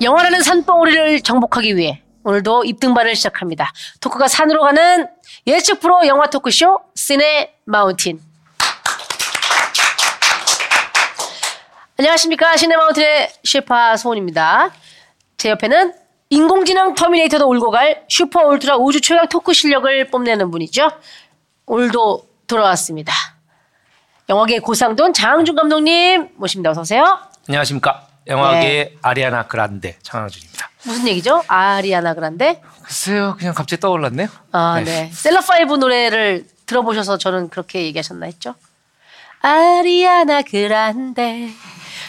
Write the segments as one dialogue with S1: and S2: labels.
S1: 영화라는 산봉우리를 정복하기 위해 오늘도 입등반을 시작합니다. 토크가 산으로 가는 예측 프로 영화 토크쇼 시네 마운틴. 안녕하십니까 시네 마운틴의 셰파 소원입니다. 제 옆에는 인공지능 터미네이터도 울고 갈 슈퍼 울트라 우주 최강 토크 실력을 뽐내는 분이죠. 오늘도 돌아왔습니다. 영화계 고상돈 장항준 감독님 모십니다. 어서 오세요.
S2: 안녕하십니까 영화계의
S1: 네.
S2: 아리아나 그란데 장항준입니다.
S1: 무슨 얘기죠? 아리아나 그란데?
S2: 글쎄요 그냥 갑자기 떠올랐네요.
S1: 아, 네. 셀라파이브 노래를 들어보셔서 저는 그렇게 얘기하셨나 했죠? 아리아나 그란데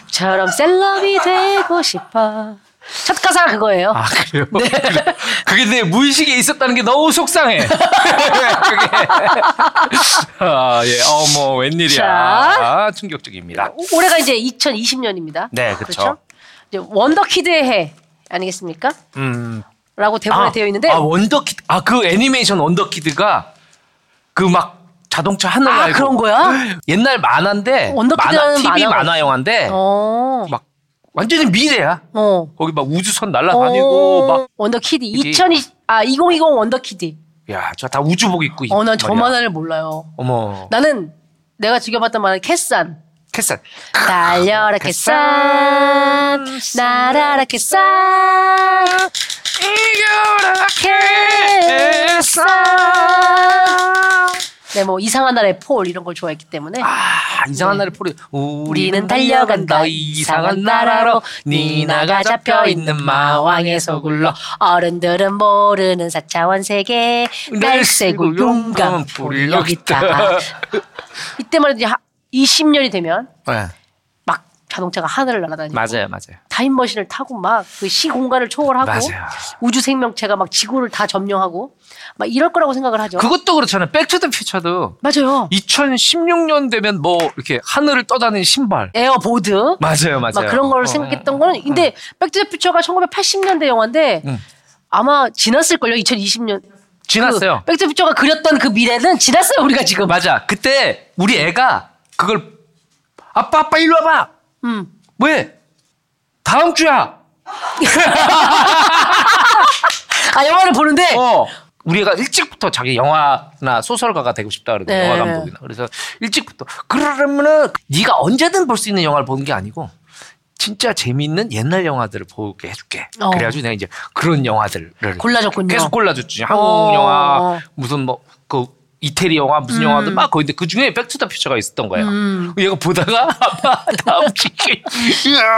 S1: 처럼 셀럽이 되고 싶어 첫 가사가 그거예요.
S2: 아 그래요?
S1: 네.
S2: 그래. 그게 내 무의식에 있었다는 게 너무 속상해. 그게. 아 예. 어머 웬일이야.
S1: 자.
S2: 아, 충격적입니다.
S1: 오- 올해가 이제 2020년입니다. 그렇죠?
S2: 네, 그쵸.
S1: 이제 원더키드의 해 아니겠습니까?
S2: 음.
S1: 라고 대본에
S2: 아,
S1: 되어 있는데
S2: 아 원더키드 아 그 애니메이션 원더키드가 그 막 자동차 하늘
S1: 아,
S2: 말고
S1: 그런 거야?
S2: 옛날 만화인데
S1: 원더키드라는
S2: 만화, TV
S1: 만화가
S2: 만화 영화인데
S1: 어.
S2: 막 완전히 미래야.
S1: 어.
S2: 거기 막 우주선 날라다니고 아, 막
S1: 원더키드
S2: 이게-
S1: 2020 아 2020 원더키드.
S2: 야, 저 다 우주복 입고 있-
S1: 어 난 저
S2: 말이야.
S1: 만화를 몰라요.
S2: 어머.
S1: 나는 내가 즐겨봤던 만화 캐산.
S2: 캐산.
S1: 달려라 캐산 날아라 캐산
S2: 이겨라
S1: 캐산. 네뭐 이상한 나라의 폴 이런 걸 좋아했기 때문에
S2: 아, 이상한 나라를 포리.
S1: 네. 우리는 달려간다 이상한 나라로
S2: 네
S1: 니나가 잡혀 있는 마왕에서 굴러 어른들은 모르는 사차원 세계 날쌔고 네, 용감 불이 여기 있다 이때만 해도 이제 20년이 되면
S2: 네.
S1: 막 자동차가 하늘을 날아다니고
S2: 맞아요, 맞아요.
S1: 타임머신을 타고 막 그 시공간을 초월하고
S2: 맞아요.
S1: 우주 생명체가 막 지구를 다 점령하고 막 이럴 거라고 생각을 하죠.
S2: 그것도 그렇잖아요. 백투더퓨처도
S1: 맞아요.
S2: 2016년 되면 뭐 이렇게 하늘을 떠다니는 신발.
S1: 에어보드
S2: 맞아요, 맞아요. 어.
S1: 막 그런 걸 생각했던 거는 근데 백투더퓨처가 1980년대 영화인데
S2: 음.
S1: 아마 지났을 걸요. 2020년
S2: 지났어요.
S1: 그 백투더퓨처가 그렸던 그 미래는 지났어요. 우리가 지금.
S2: 맞아. 그때 우리 애가 그걸 아빠 아빠 일로 와봐.
S1: 음.
S2: 왜? 다음 주야.
S1: 아 영화를 보는데
S2: 어. 우리가 일찍부터 자기 영화나 소설가가 되고 싶다 그러고
S1: 네.
S2: 영화 감독이나 그래서 일찍부터 그러면은 네가 언제든 볼 수 있는 영화를 보는 게 아니고 진짜 재미있는 옛날 영화들을 보게 해줄게.
S1: 어.
S2: 그래가지고 내가 이제 그런 영화들을
S1: 골라줬군요.
S2: 계속 골라줬지. 한국
S1: 어.
S2: 영화 무슨 뭐 그 이태리 영화 무슨
S1: 음.
S2: 영화도 막 거기인데 그 중에 백투더퓨처가 있었던 거예요. 얘가 보다가 아빠 다음 주에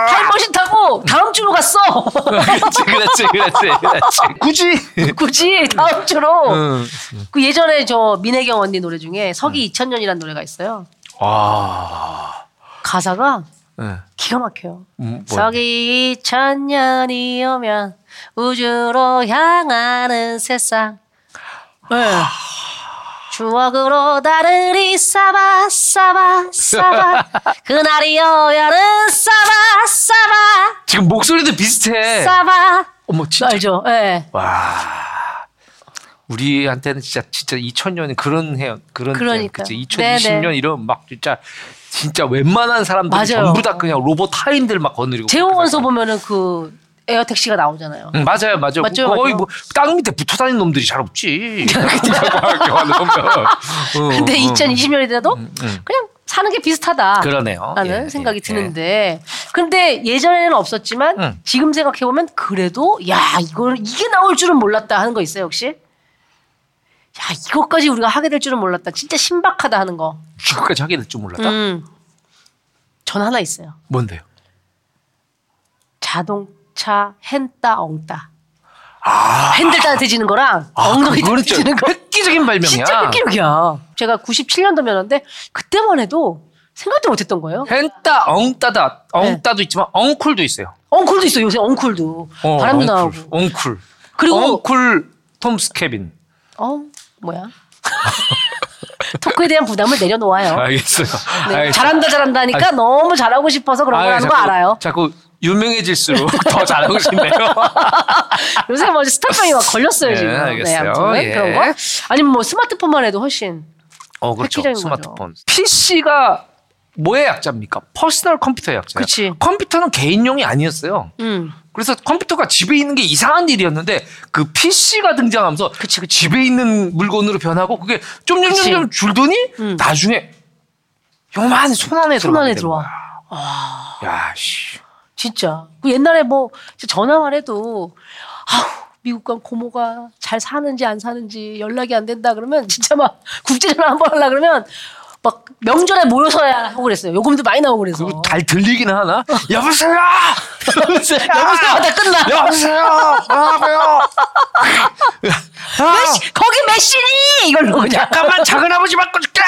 S1: 타임머신 타고 다음 주로 갔어.
S2: 그렇지, 그렇지, 그렇지, 그렇지. 굳이.
S1: 굳이 다음 주로.
S2: 음.
S1: 그 예전에 저 민혜경 언니 노래 중에 서기 2000년이라는 노래가 있어요.
S2: 와.
S1: 가사가
S2: 예.
S1: 기가 막혀요.
S2: 음, 뭐야?
S1: 서기 2000년이 오면 우주로 향하는 세상. 네. 추억으로 다르리 사바 사바 사바 그날이 오면은 사바 사바
S2: 지금 목소리도 비슷해.
S1: 사바
S2: 어머, 진짜.
S1: 알죠? 예.
S2: 와. 우리한테는 진짜 진짜 2000년이 그런 해요. 그런
S1: 그러니까요.
S2: 그치?
S1: 네,
S2: 2020년
S1: 네.
S2: 이런 막 진짜 진짜 웬만한 사람들
S1: 맞아요.
S2: 이 전부 다 그냥 로봇 타인들 막 거느리고
S1: 제호원서 보면은 그 에어 택시가 나오잖아요.
S2: 응, 맞아요, 맞아요.
S1: 맞죠,
S2: 거의
S1: 맞죠.
S2: 뭐땅 밑에 붙어 다니는 놈들이 잘 없지. 근데 음, 어.
S1: 근데 2020년이 돼도 그냥 사는 게 비슷하다.
S2: 그러네요.
S1: 라는
S2: 예,
S1: 생각이
S2: 예,
S1: 드는데 근데 예전에는 없었지만
S2: 응.
S1: 지금 생각해 보면 그래도 야 이거 이게 나올 줄은 몰랐다 하는 거 있어요 혹시? 야 이것까지 우리가 하게 될 줄은 몰랐다. 진짜 신박하다 하는 거.
S2: 지금까지 하게 될 줄 몰랐다.
S1: 음. 전 하나 있어요.
S2: 뭔데요?
S1: 자동차 핸따 엉따. 핸들 따뜻해지는 거랑 엉덩이
S2: 아. 그거는
S1: 따뜻해지는 거.
S2: 획기적인 발명이야.
S1: 진짜 획기력이야. 제가 97년도 면허인데 그때만 해도 생각도 못했던 거예요.
S2: 헨따 엉따다
S1: 네.
S2: 엉따도 있지만 엉쿨도 있어요.
S1: 엉쿨도 있어 요새 엉쿨도
S2: 어,
S1: 바람도
S2: 엉쿨,
S1: 나오고.
S2: 엉쿨.
S1: 그리고-
S2: 엉쿨 톰스 케빈.
S1: 어 뭐야? 토크에 대한 부담을 내려놓아요.
S2: 알겠어요.
S1: 네,
S2: 알겠어요.
S1: 잘한다 잘한다 하니까 너무 잘하고 싶어서 그런
S2: 아, 아유,
S1: 걸 하는 거
S2: 자꾸-
S1: 알아요.
S2: 자꾸 유명해질수록 더 잘하고 싶네요.
S1: 요새 뭐 스타병이 막 걸렸어요
S2: 예,
S1: 지금. 네,
S2: 알겠어요.
S1: 아무튼
S2: 예.
S1: 그런 거. 아니면 뭐 스마트폰만 해도 훨씬
S2: 어 그렇죠.
S1: 획기적인 거죠.
S2: 스마트폰. PC가 뭐의 약자입니까? 퍼스널 컴퓨터의 약자예요.
S1: 그치.
S2: 컴퓨터는 개인용이 아니었어요.
S1: 음.
S2: 그래서 컴퓨터가 집에 있는 게 이상한 일이었는데 그 PC가 등장하면서
S1: 그치, 그치.
S2: 집에 있는 물건으로 변하고 그게 점점점점 줄더니
S1: 음.
S2: 나중에 요만 손 안에
S1: 손 안에
S2: 들어가게
S1: 들어와.
S2: 되는 거야. 야, 씨.
S1: 진짜. 그 옛날에 뭐 진짜 전화만 해도 아우 미국 간 고모가 잘 사는지 안 사는지 연락이 안 된다 그러면 진짜 막 국제 전화 한 번 하려 그러면 막 명절에 모여서야 하고 그랬어요. 요금도 많이 나오고 그래서.
S2: 그거 잘 들리긴 하나? 여보세요! 여보세요!
S1: 여보세요! 다 끝나.
S2: 여보세요! 뭐라고요? 아,
S1: 메시- 거기 메시니 이걸로 그냥.
S2: 잠깐만 작은아버지 바꿔줄게!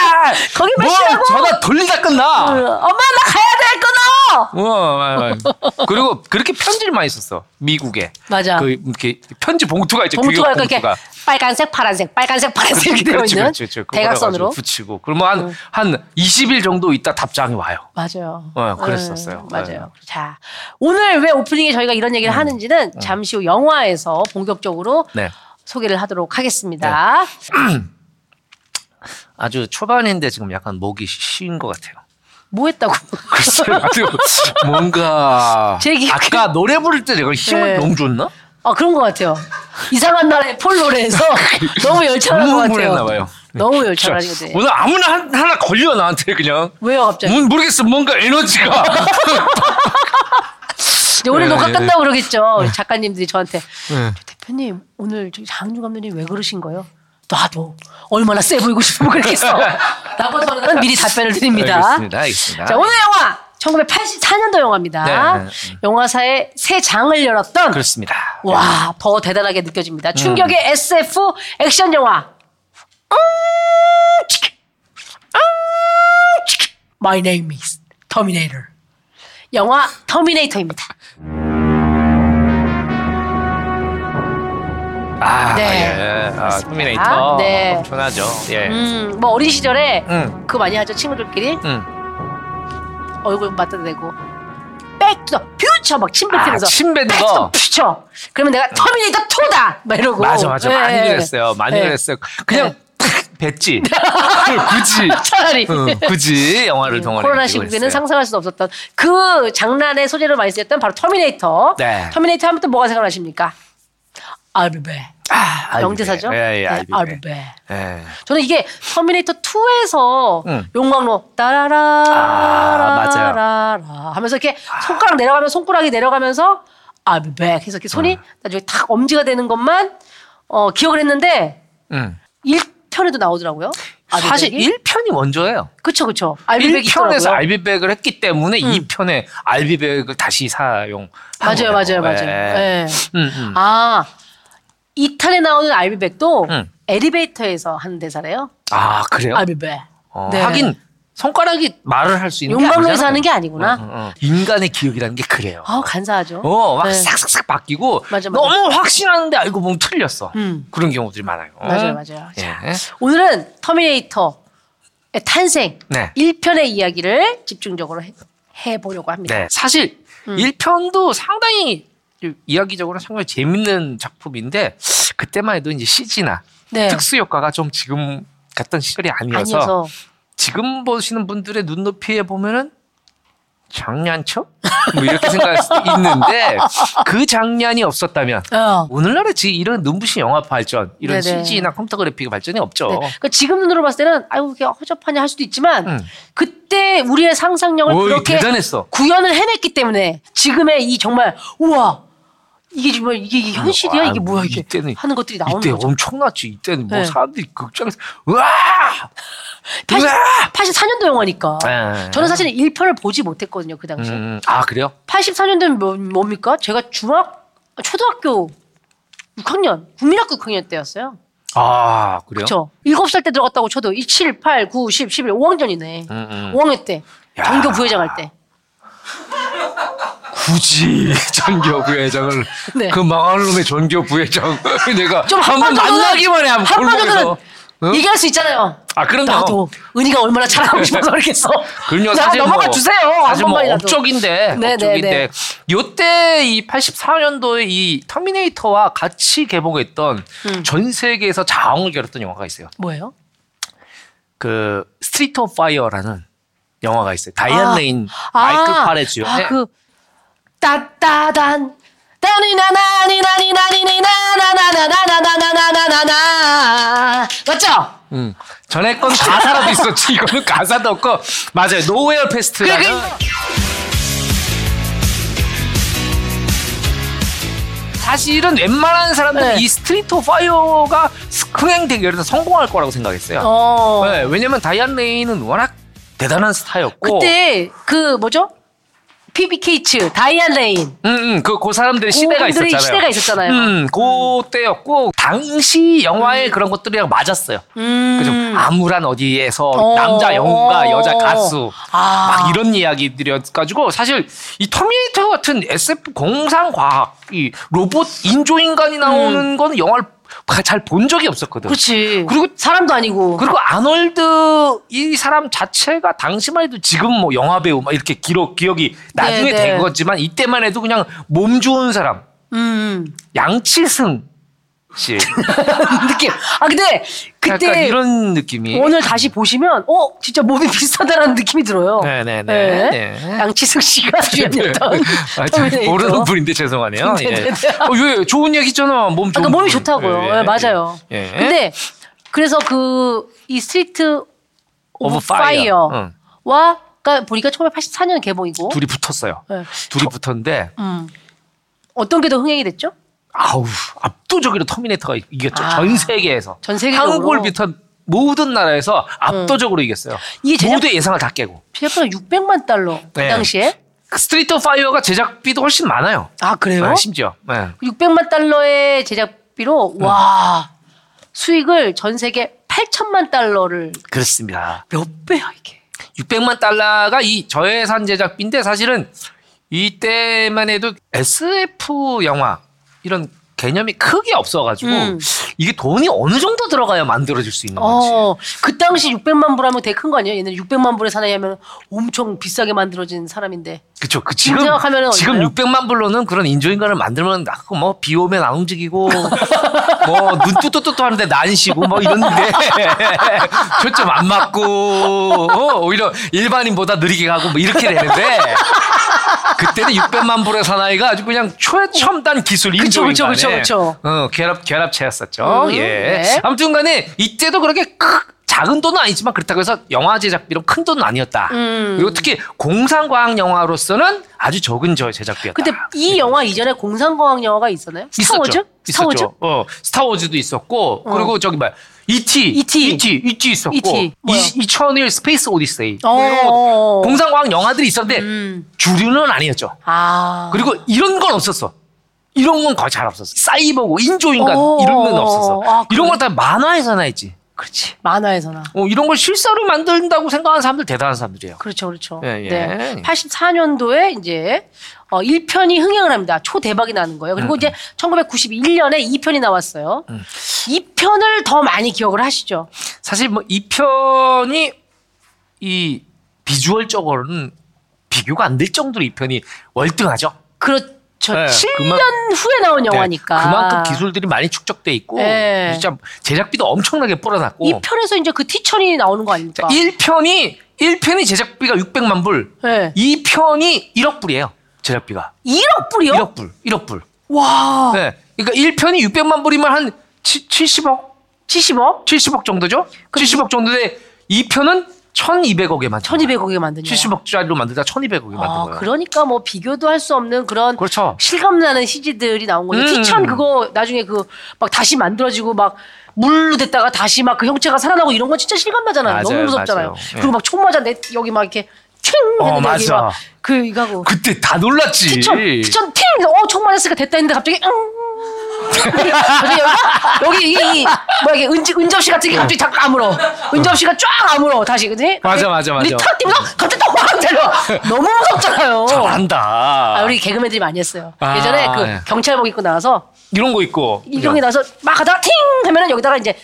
S1: 거기
S2: 뭐,
S1: 메시라고!
S2: 전화 돌리다
S1: 어,
S2: 끝나!
S1: 엄마 나 가야 돼 끊어.
S2: 우와, 맞아, 맞아. 어. 그리고 그렇게 편지를 많이 썼어. 미국에.
S1: 맞아.
S2: 그 이렇게 편지 봉투가 이제
S1: 봉투가
S2: 규격
S1: 이렇게
S2: 봉투가.
S1: 빨간색 파란색 빨간색 파란색 이렇게 되어
S2: 그렇지,
S1: 있는
S2: 그렇지, 그렇지. 그거
S1: 대각선으로. 음.
S2: 해가지고 붙이고. 그러면 한, 한 20일 정도 있다 답장이 와요.
S1: 맞아요.
S2: 어, 그랬었어요.
S1: 음, 맞아요.
S2: 네. 음.
S1: 자, 오늘 왜 오프닝에 저희가 이런 얘기를 하는지는 잠시 후 영화에서 본격적으로
S2: 네.
S1: 소개를 하도록 하겠습니다.
S2: 아주 초반인데 지금 약간 목이 쉬인 것 같아요.
S1: 뭐 했다고?
S2: 글쎄요. 아주 뭔가
S1: 제 기억에-
S2: 아까 노래 부를 때 내가 힘을
S1: 네.
S2: 너무 줬나?
S1: 아, 그런 것 같아요. 이상한 나라의 폴 노래에서 너무 열창한
S2: 너무
S1: 것 같아요.
S2: 흥분했나 봐요.
S1: 너무
S2: 자,
S1: 열창하게 돼.
S2: 오늘 아무나 한- 하나 걸려 나한테 그냥.
S1: 왜요, 갑자기?
S2: 뭔 모르겠어 뭔가 에너지가
S1: 이제 오늘
S2: 네,
S1: 녹화
S2: 네.
S1: 끝나고 그러겠죠. 작가님들이 저한테
S2: 예.
S1: 저 대표님 오늘 저기 장윤주 감독님 왜 그러신 거예요? 나도 얼마나 세 보이고 싶으면 그랬겠어. 라고 저는 미리 답변을 드립니다.
S2: 알겠습니다, 알겠습니다.
S1: 자 오늘 영화 1984년도 영화입니다.
S2: 네, 네,
S1: 영화사의 새 장을 열었던
S2: 그렇습니다. 음.
S1: 와 더 대단하게 느껴집니다. 충격의 SF 액션 영화. 음, 치킨. 음, 치킨. My name is Terminator. 영화 터미네이터입니다.
S2: 아,
S1: 네.
S2: 네. 예. 아, 터미네이터.
S1: 네.
S2: 엄청나죠. 예.
S1: 음, 뭐 어린 시절에
S2: 음.
S1: 그거 많이 하죠 친구들끼리
S2: 음.
S1: 얼굴 맞다 대고 백투더 퓨처 막침 뱉으면서
S2: 아, 침 뱉는 거.
S1: 백투더 퓨처 그러면 내가 터미네이터 2다 막 이러고
S2: 맞아, 맞아. 많이
S1: 예, 예.
S2: 그랬어요. 많이
S1: 예.
S2: 그랬어요. 그냥 탁 뱉지. 굳이.
S1: 차라리 음,
S2: 응, 굳이 영화를 동원해.
S1: 코로나
S2: 가지고
S1: 시국에는
S2: 했어요.
S1: 상상할 수 없었던 그 장난의 소재로 많이 쓰였던 바로 터미네이터
S2: 네.
S1: 터미네이터 하면 또 뭐가 생각나십니까? 알베
S2: 아,
S1: 명대사죠?
S2: 예, 예,
S1: 네,
S2: 알비네.
S1: 알베
S2: 예.
S1: 저는 이게 터미네이터 2에서
S2: 응.
S1: 용광로 따라라
S2: 아, 맞아요.
S1: 라라라 하면서 이렇게 손가락 내려가면서 손가락이 내려가면서 I'll be back 해서 이렇게 손이 나중에 탁 엄지가 되는 것만 어, 기억을 했는데
S2: 음.
S1: 1편에도 나오더라고요. I'll be
S2: 아, 사실
S1: back이.
S2: 1편이 먼저예요.
S1: 그쵸 그쵸. 알비백이
S2: 1편에서
S1: 있더라고요. 음.
S2: 알비백을 했기 때문에 2편에 알비백을 다시 사용.
S1: 맞아요 맞아요 맞아요. 예.
S2: 음, 음.
S1: 아 2탄에 나오는 알비백도
S2: 응.
S1: 엘리베이터에서 하는 대사래요.
S2: 아, 음. 그래요?
S1: 알비백.
S2: 어,
S1: 네.
S2: 하긴 손가락이 말을 할 수 있는
S1: 용광로에서
S2: 게 아니잖아요.
S1: 하는 게 아니구나.
S2: 어, 어, 어. 인간의 기억이라는 게 그래요.
S1: 아 간사하죠.
S2: 어, 막
S1: 네.
S2: 싹싹싹 바뀌고
S1: 맞아, 맞아.
S2: 너무 확신하는데 알고 보면 틀렸어.
S1: 음.
S2: 그런 경우들이 많아요.
S1: 맞아요, 맞아요.
S2: 예.
S1: 오늘은 터미네이터의 탄생
S2: 네.
S1: 1편의 이야기를 집중적으로 해, 해보려고 합니다.
S2: 네. 사실
S1: 음.
S2: 일 1편도 상당히 이야기적으로 상당히 재밌는 작품인데 그때만 해도 이제 CG나
S1: 네.
S2: 특수 효과가 좀 지금 같던 시절이 아니어서,
S1: 아니어서
S2: 지금 보시는 분들의 눈높이에 보면은 장난쳐? 뭐 이렇게 생각할 수도 있는데 그 장난이 없었다면
S1: 어.
S2: 오늘날에 지 이런 눈부신 영화 발전, 이런
S1: 네네.
S2: CG나 컴퓨터 그래픽 발전이 없죠.
S1: 네. 그러니까 지금 눈으로 봤을 때는 아유 이게 허접하냐 할 수도 있지만
S2: 음.
S1: 그때 우리의 상상력을
S2: 오, 이거
S1: 그렇게
S2: 대단했어.
S1: 구현을 해냈기 때문에 지금의 이 정말 우와 이게 정말 이게, 이게 현실이야
S2: 아,
S1: 이게 뭐야 이게
S2: 이때는-
S1: 하는 것들이 나오는
S2: 이때
S1: 거죠.
S2: 엄청났지. 이때는 뭐
S1: 네.
S2: 사람들이 극장에서 으아!
S1: 80,
S2: 으아!
S1: 84년도 영화니까.
S2: 네.
S1: 저는 사실 1편을 보지 못했거든요 그 당시에.
S2: 음, 아 그래요?
S1: 84년도면 뭐, 뭡니까? 제가 중학 아, 초등학교 6학년 국민학교 6학년 때였어요.
S2: 아 그래요?
S1: 그렇죠. 7살 때 들어갔다고 쳐도 2, 7, 8, 9, 10, 11, 5학년이네.
S2: 음, 음.
S1: 5학년 때
S2: 야.
S1: 전교 부회장 할 때.
S2: 굳이 전교 부회장을
S1: 네.
S2: 그 망할 놈의 전교 부회장 내가
S1: 좀 한
S2: 한번
S1: 번 정도는-
S2: 만나기만 해. 한번
S1: 한번
S2: 골목에서.
S1: 정도는
S2: 응?
S1: 얘기할 수 있잖아요.
S2: 아 그럼요.
S1: 나도 은희가 얼마나 잘하고 싶어서 그러겠어.
S2: 그럼요.
S1: 나
S2: 사실
S1: 넘어가
S2: 뭐,
S1: 주세요. 한
S2: 사실 뭐
S1: 번만이라도.
S2: 업적인데,
S1: 네, 네,
S2: 업적인데 요때 이 84년도에 이 터미네이터와 같이 개봉했던
S1: 음.
S2: 전 세계에서 자웅을 겨뤘던 영화가 있어요.
S1: 뭐예요?
S2: 그 스트리트 오브 파이어라는 영화가 있어요. 다이안
S1: 아.
S2: 레인 마이클 네. 파레 주연의
S1: 아, 그 따따단 따니나나니나니나니나나나나나나나나나나나나 맞죠?
S2: 음. 전에 건 가사라도 있었지 이거는 가사도 없고 맞아요. 노웨어 페스트라는 사실은 웬만한
S1: 네.
S2: 사람들은 이 스트리트 오브 파이어가 흥행 대결에서 성공할 거라고 생각했어요.
S1: 어
S2: 네, 왜냐면 다이안 레인은 워낙 대단한 스타였고
S1: 그때 그 뭐죠? PB 케이츠 다이안 레인
S2: 음, 음, 그, 그 사람들의 시대가
S1: 그분들의
S2: 있었잖아요.
S1: 시대가 있었잖아요.
S2: 음, 그 때였고, 당시 영화의 그런 것들이랑 맞았어요.
S1: 음.
S2: 그죠? 암울한 어디에서
S1: 어.
S2: 남자 영웅과 여자 가수.
S1: 아.
S2: 막 이런 이야기들이어가지고 사실 이 터미네이터 같은 SF 공상 과학 이 로봇 인조 인간이 나오는 건 영화를 잘 본 적이 없었거든.
S1: 음. 그렇지.
S2: 그리고-
S1: 사람도 아니고.
S2: 그리고 아놀드 이 사람 자체가 당시만 해도 지금 뭐 영화 배우 막 이렇게 기록 기억이 나중에
S1: 네, 네.
S2: 된 거지만 이때만 해도 그냥 몸 좋은 사람
S1: 음.
S2: 양치승 씨
S1: 느낌. 아 근데
S2: 약간
S1: 그때
S2: 이런 느낌이
S1: 오늘 다시 보시면 어 진짜 몸이 비슷하다라는 느낌이 들어요.
S2: 네네네
S1: 네.
S2: 네.
S1: 양치승 씨가 주연이었던
S2: 아, 저
S1: 터미네이터.
S2: 모르는 분인데 죄송하네요. 예.
S1: 네네네.
S2: 어, 예, 좋은 얘기잖아. 몸 좋은.
S1: 그러니까 몸이
S2: 분.
S1: 좋다고요.
S2: 예,
S1: 예, 맞아요.
S2: 예.
S1: 근데 그래서 그 이 스트리트 오브
S2: 오브 파이어.
S1: 파이어와 가 보니까 1984년 개봉이고
S2: 둘이 붙었어요.
S1: 예.
S2: 둘이 붙었는데
S1: 음. 어떤 게 더 흥행이 됐죠?
S2: 아우 압도적으로 터미네이터가 이겼죠.
S1: 아.
S2: 전 세계에서.
S1: 전 세계적으로.
S2: 한국을 비롯한 모든 나라에서 압도적으로 이겼어요.
S1: 이게 제작-
S2: 모두 예상을 다 깨고.
S1: 제작비가 600만 달러 그
S2: 네.
S1: 당시에
S2: 스트리트 오브 파이어가 제작비도 훨씬 많아요.
S1: 아 그래요?
S2: 네, 심지어. 네.
S1: 600만 달러의 제작비로 와 수익을 전 세계 8천만 달러를
S2: 그렇습니다.
S1: 몇 배야 이게?
S2: 600만 달러가 이 저예산 제작비인데 사실은 이때만 해도 SF 영화 이런 개념이 크게 없어가지고
S1: 음.
S2: 이게 돈이 어느 정도 들어가야 만들어질 수 있는 건지.
S1: 어, 그 당시 600만 불 하면 되게 큰 거 아니에요? 얘는 600만 불의 사나이 하면 엄청 비싸게 만들어진 사람인데.
S2: 그쵸. 그 지금
S1: 생각하면은
S2: 지금
S1: 얼마예요?
S2: 600만 불로는 그런 인조인간을 만들면 나고 뭐 비 오면 안 움직이고 뭐눈 뚜뚜뚜뚜 하는데 난시고 뭐 이런데 초점 안 맞고 어, 오히려 일반인보다 느리게 가고 뭐 이렇게 되는데 그때는 600만 불의 사나이가 아주 그냥 최첨단 기술
S1: 그쵸,
S2: 인조인간의
S1: 그쵸, 그쵸, 그쵸.
S2: 어, 결합 결합체였었죠.
S1: 음,
S2: 예.
S1: 네.
S2: 아무튼간에 이때도 그렇게 크, 작은 돈은 아니지만 그렇다고 해서 영화 제작비로 큰 돈은 아니었다.
S1: 음.
S2: 그리고 특히 공상과학 영화로서는 아주 적은 저 제작비였다.
S1: 근데 이 영화 이전에 공상과학 영화가 있었나요? 스타워즈?
S2: 그러니까. 있었죠.
S1: 스타워즈?
S2: 있었죠. 어, 스타워즈도 있었고
S1: 어. E
S2: 그리고 저기 뭐야. E E.T.
S1: E.T.
S2: E.T. E.T. E 있었고
S1: E.T. 뭐야?
S2: 2001 스페이스 오디세이
S1: 어, 어, 어.
S2: 공상과학 영화들이 있었는데
S1: 음.
S2: 주류는 아니었죠.
S1: 아.
S2: 그리고 이런 건 없었어. 이런 건 거의 잘 없었어. 사이버고 뭐 인조인간
S1: 어,
S2: 이런 건 없었어.
S1: 아,
S2: 이런
S1: 그래?
S2: 걸 다 만화에서나 했지. 그렇지.
S1: 만화에서나.
S2: 어, 이런 걸 실사로 만든다고 생각하는 사람들 대단한 사람들이에요.
S1: 그렇죠, 그렇죠.
S2: 예, 예.
S1: 네. 84년도에 이제 어, 1편이 흥행을 합니다. 초대박이 나는 거예요.
S2: 음,
S1: 그리고 이제 1991년에 2편이 나왔어요. 이 2편을 더 많이 기억을 하시죠.
S2: 사실 뭐 이 편이 이 비주얼적으로는 비교가 안 될 정도로 이 편이 월등하죠.
S1: 그렇죠.
S2: 네,
S1: 7년
S2: 그만-
S1: 후에 나온
S2: 네,
S1: 영화니까.
S2: 그만큼 기술들이 많이 축적돼 있고
S1: 네.
S2: 진짜 제작비도 엄청나게 뿌려놨고
S1: 이 편에서 이제 그 티천이 나오는 거 아닙니까?
S2: 1편이 1편이 제작비가 600만 불,
S1: 네.
S2: 2편이 1억 불이에요. 제작비가.
S1: 1억 불이요?
S2: 1억 불. 1억 불.
S1: 와.
S2: 네. 그러니까 1편이 600만 불이면 한 치, 70억
S1: 70억?
S2: 70억 정도죠? 70억 정도인데 2편은 1200억에 만
S1: 1200억에 만든 영화.
S2: 70억짜리로 만들다 1200억에 만든
S1: 아,
S2: 거예요.
S1: 그러니까 뭐 비교도 할 수 없는 그런
S2: 그렇죠.
S1: 실감나는 CG들이 나온 거죠.
S2: 음.
S1: 티천 그거 나중에 그 막 다시 만들어지고 막 물로 됐다가 다시 막 그 형체가 살아나고 이런 건 진짜 실감나잖아요.
S2: 맞아요,
S1: 너무 무섭잖아요.
S2: 맞아요. 예.
S1: 그리고 막 총 맞았는데 여기 막 이렇게 팅
S2: 어,
S1: 했는데 여기
S2: 맞아.
S1: 막그 이거 하고
S2: 그때 다 놀랐지.
S1: 티천 티천 팅! 어총 맞았으니까 됐다 했는데 갑자기 응. 갑자기 여기 여기 이, 이, 뭐 이게 은지, 은접시 같은 게 갑자기 다 까물어 은접시가 쫙 아물어 다시 그지
S2: 맞아, 맞아, 맞아.
S1: 리턴 뛰면서 갑자기 또 화가 달려 너무 무섭잖아요
S2: 잘한다.
S1: 아, 우리 개그맨들이 많이 했어요.
S2: 아,
S1: 예전에 그
S2: 예.
S1: 경찰복 입고 나와서
S2: 이런 거 있고.
S1: 이경이 나와서 막 가다가 팅 하면은 여기다가 이제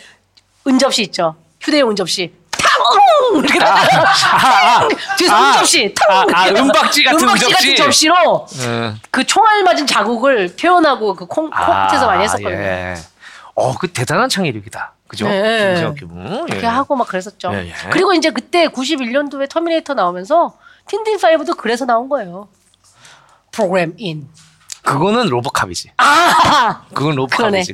S1: 은접시 있죠. 휴대용 은접시. 탕! 이렇게 나
S2: 아, 아.
S1: 뒤에서
S2: 아.
S1: 은접시. 탕!
S2: 아, 아,
S1: 이렇게
S2: 은박지 같은
S1: 은박지
S2: 은접시.
S1: 같은 접시로
S2: 예.
S1: 그 총알 맞은 자국을 표현하고 그 콩, 콩
S2: 아,
S1: 밑에서 많이 했었거든요.
S2: 예. 어, 그 대단한 창의력이다. 그죠?
S1: 네.
S2: 김지혁 기부.
S1: 그렇게 하고 막 그랬었죠.
S2: 예, 예.
S1: 그리고 이제 그때 91년도에 터미네이터 나오면서 틴틴5도 그래서 나온 거예요. 프로그램 인.
S2: 그거는 로버캅이지.
S1: 아!
S2: 그건 로버캅이지.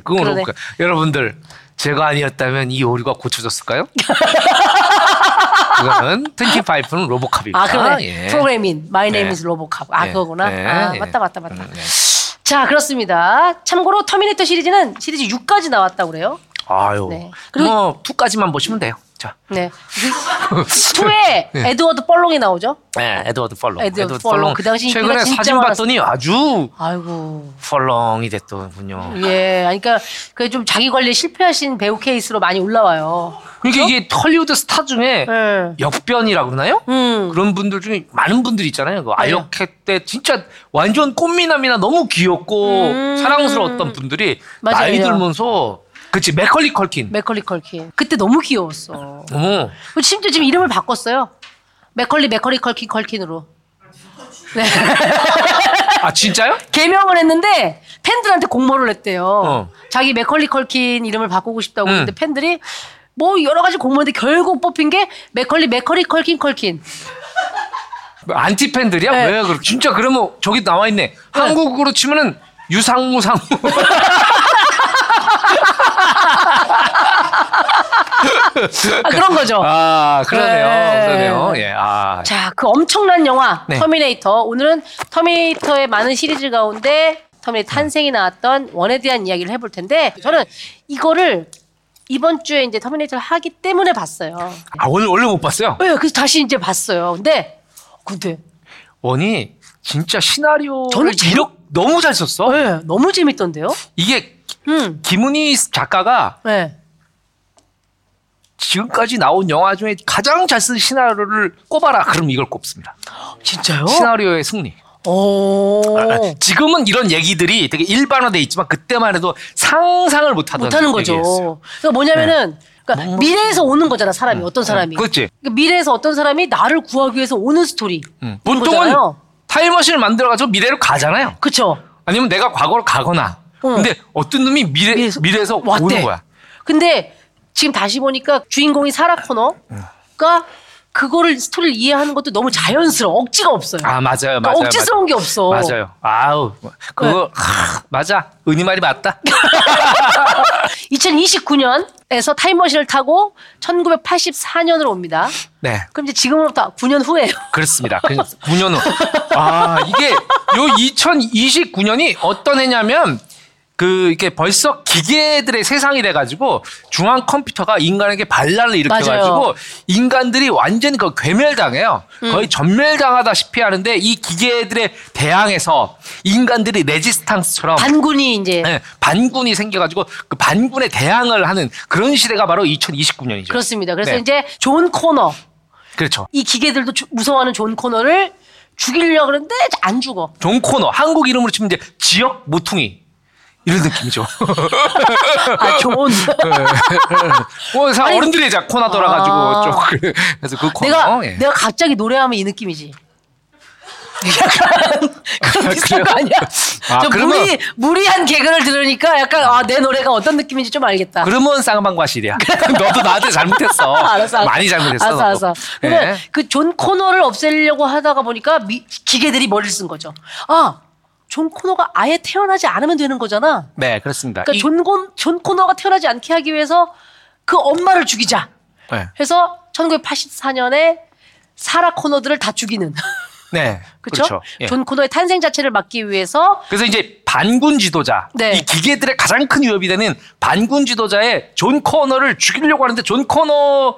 S1: 그러네,
S2: 그건
S1: 그러네.
S2: 로버캅. 여러분들 제가 아니었다면 이 오류가 고쳐졌을까요? 그거는 튼티 파이프는 로버캅입니다.
S1: 아, 그러네.
S2: 예.
S1: 프로그램 인. 마이 네임
S2: 예.
S1: 이즈 로보캅. 아,
S2: 예.
S1: 그거구나.
S2: 예,
S1: 아,
S2: 예.
S1: 맞다, 맞다, 맞다.
S2: 음, 예.
S1: 자, 그렇습니다. 참고로 터미네이터 시리즈는 시리즈 6까지 나왔다고 그래요.
S2: 아유.
S1: 네. 그리고-
S2: 뭐 투까지만 보시면 돼요. 자,
S1: 네. 2에
S2: 예.
S1: 에드워드 뻘롱이 나오죠.
S2: 네, 에드워드 펄롱.
S1: 에드워드 펄렁. 그 당시 인기가
S2: 최근에
S1: 진짜
S2: 사진
S1: 많았-
S2: 봤더니 아주
S1: 아이고.
S2: 펄렁이 됐더군요.
S1: 예, 아니, 그러니까 그 좀 자기 관리 실패하신 배우 케이스로 많이 올라와요.
S2: 그러니까 이게 헐리우드 스타 중에
S1: 예.
S2: 역변이라고 그러나요?
S1: 음.
S2: 그런 분들 중에 많은 분들 있잖아요. 그
S1: 맞아요.
S2: 아이로켓 때 진짜 완전 꽃미남이나 너무 귀엽고
S1: 음.
S2: 사랑스러웠던 분들이
S1: 맞아요.
S2: 나이 들면서 그치 맥컬리 컬킨.
S1: 맥컬리 컬킨. 그때 너무 귀여웠어.
S2: 어머
S1: 그리고 심지어 지금 이름을 바꿨어요. 맥컬리 맥컬리 컬킨 컬킨으로. 네.
S2: 아 진짜요?
S1: 개명을 했는데 팬들한테 공모를 했대요.
S2: 어.
S1: 자기 맥컬리 컬킨 이름을 바꾸고 싶다고
S2: 음.
S1: 했는데 팬들이 뭐 여러 가지 공모했는데 결국 뽑힌 게 맥컬리 맥컬리 컬킨 컬킨.
S2: 안티 팬들이야?
S1: 네.
S2: 왜 그렇게? 진짜 그러면 저기 나와 있네. 한국으로 치면은 유상무 상무.
S1: 아 그런 거죠.
S2: 아 그러네요,
S1: 네.
S2: 그러네요. 예, 아
S1: 자, 그 엄청난 영화
S2: 네.
S1: 터미네이터. 오늘은 터미네이터의 많은 시리즈 가운데 터미네이터 탄생이 나왔던 원에 대한 이야기를 해볼 텐데 저는 이거를 이번 주에 이제 터미네이터를 하기 때문에 봤어요.
S2: 아, 오늘 원래 못 봤어요.
S1: 네, 그래서 다시 이제 봤어요. 근데 근데
S2: 원이 진짜 시나리오
S1: 저는
S2: 저는
S1: 잘-
S2: 이력 너무 잘 썼어.
S1: 네, 너무 재밌던데요?
S2: 이게
S1: 음.
S2: 김은희 작가가
S1: 네.
S2: 지금까지 나온 영화 중에 가장 잘 쓴 시나리오를 꼽아라. 그럼 이걸 꼽습니다.
S1: 진짜요?
S2: 시나리오의 승리.
S1: 오.
S2: 지금은 이런 얘기들이 되게 일반화돼 있지만 그때만 해도 상상을 못하던
S1: 못하는 거죠.
S2: 얘기였어요.
S1: 그러니까 뭐냐면은 그러니까 미래에서 오는 거잖아 사람이 어떤 사람이.
S2: 그렇지.
S1: 음. 그러니까 미래에서 어떤 사람이 나를 구하기 위해서 오는 스토리.
S2: 음. 보통은
S1: 거잖아요.
S2: 타임머신을 만들어가지고 미래로 가잖아요.
S1: 그쵸?
S2: 아니면 내가 과거로 가거나.
S1: 응.
S2: 근데 어떤 놈이 미래,
S1: 미래에서-
S2: 미래에서,
S1: 왔대.
S2: 오는 거야.
S1: 근데 지금 다시 보니까 주인공이 사라 코너가 그거를 스토리를 이해하는 것도 너무 자연스러워. 억지가 없어요.
S2: 아 맞아요,
S1: 그러니까
S2: 맞아요.
S1: 억지스러운
S2: 맞아요.
S1: 게 없어. 네.
S2: 맞아요. 아우 그거 하, 맞아. 은희 말이 맞다.
S1: 2029년에서 타임머신을 타고 1984년으로 옵니다.
S2: 네.
S1: 그럼 이제 지금으로부터 9년 후예요.
S2: 어. 그렇습니다. 9년 후. 아, 이게 요 2029년이 어떤 해냐면 그 이렇게 벌써 기계들의 세상이 돼 가지고 중앙 컴퓨터가 인간에게 반란을 일으켜
S1: 맞아요. 음.
S2: 가지고 인간들이 완전히 그 괴멸당해요. 거의 전멸당하다시피 하는데 이 기계들의 대항에서 인간들이 레지스탕스처럼
S1: 반군이 이제
S2: 예, 반군이 생겨가지고 그 반군에 대항을 하는 그런 시대가 바로 2029년이죠.
S1: 그렇습니다. 그래서
S2: 네.
S1: 이제 존 코너
S2: 그렇죠.
S1: 이 기계들도 주- 무서워하는 존 코너를 죽이려고 그러는데 안 죽어.
S2: 존 코너 한국 이름으로 치면 이제 지역 모퉁이 이런 느낌이죠.
S1: 아 존.
S2: 어, 사-
S1: 아니,
S2: 어른들이 이제 코너 돌아가지고
S1: 아.
S2: 좀 그- 그래서 그 코너.
S1: 내가
S2: 예.
S1: 내가 갑자기 노래하면 이 느낌이지. 약간 그런 비슷한
S2: 그래요?
S1: 거 아니야?
S2: 아,
S1: 저
S2: 그러면-
S1: 무리 무리한 개그를 들으니까 약간 아 내 노래가 어떤 느낌인지 좀 알겠다.
S2: 그러면 쌍방과실이야. 너도 나한테 잘못했어.
S1: 알았어, 알았어.
S2: 많이 잘못했어.
S1: 알았어,
S2: 너도.
S1: 알았어. 근데
S2: 예.
S1: 그 존 코너를 없애려고 하다가 보니까 미- 기계들이 머리를 쓴 거죠. 아, 존 코너가 아예 태어나지 않으면 되는 거잖아.
S2: 네, 그렇습니다.
S1: 그러니까
S2: 이-
S1: 존, 곤- 존 코너가 태어나지 않게 하기 위해서 그 엄마를 죽이자.
S2: 네.
S1: 해서 1984년에 사라 코너들을 다 죽이는.
S2: 네,
S1: 그렇죠?
S2: 그렇죠. 예.
S1: 존 코너의 탄생 자체를 막기 위해서
S2: 그래서 이제 반군 지도자
S1: 네.
S2: 이 기계들의 가장 큰 위협이 되는 반군 지도자의 존 코너를 죽이려고 하는데 존 코너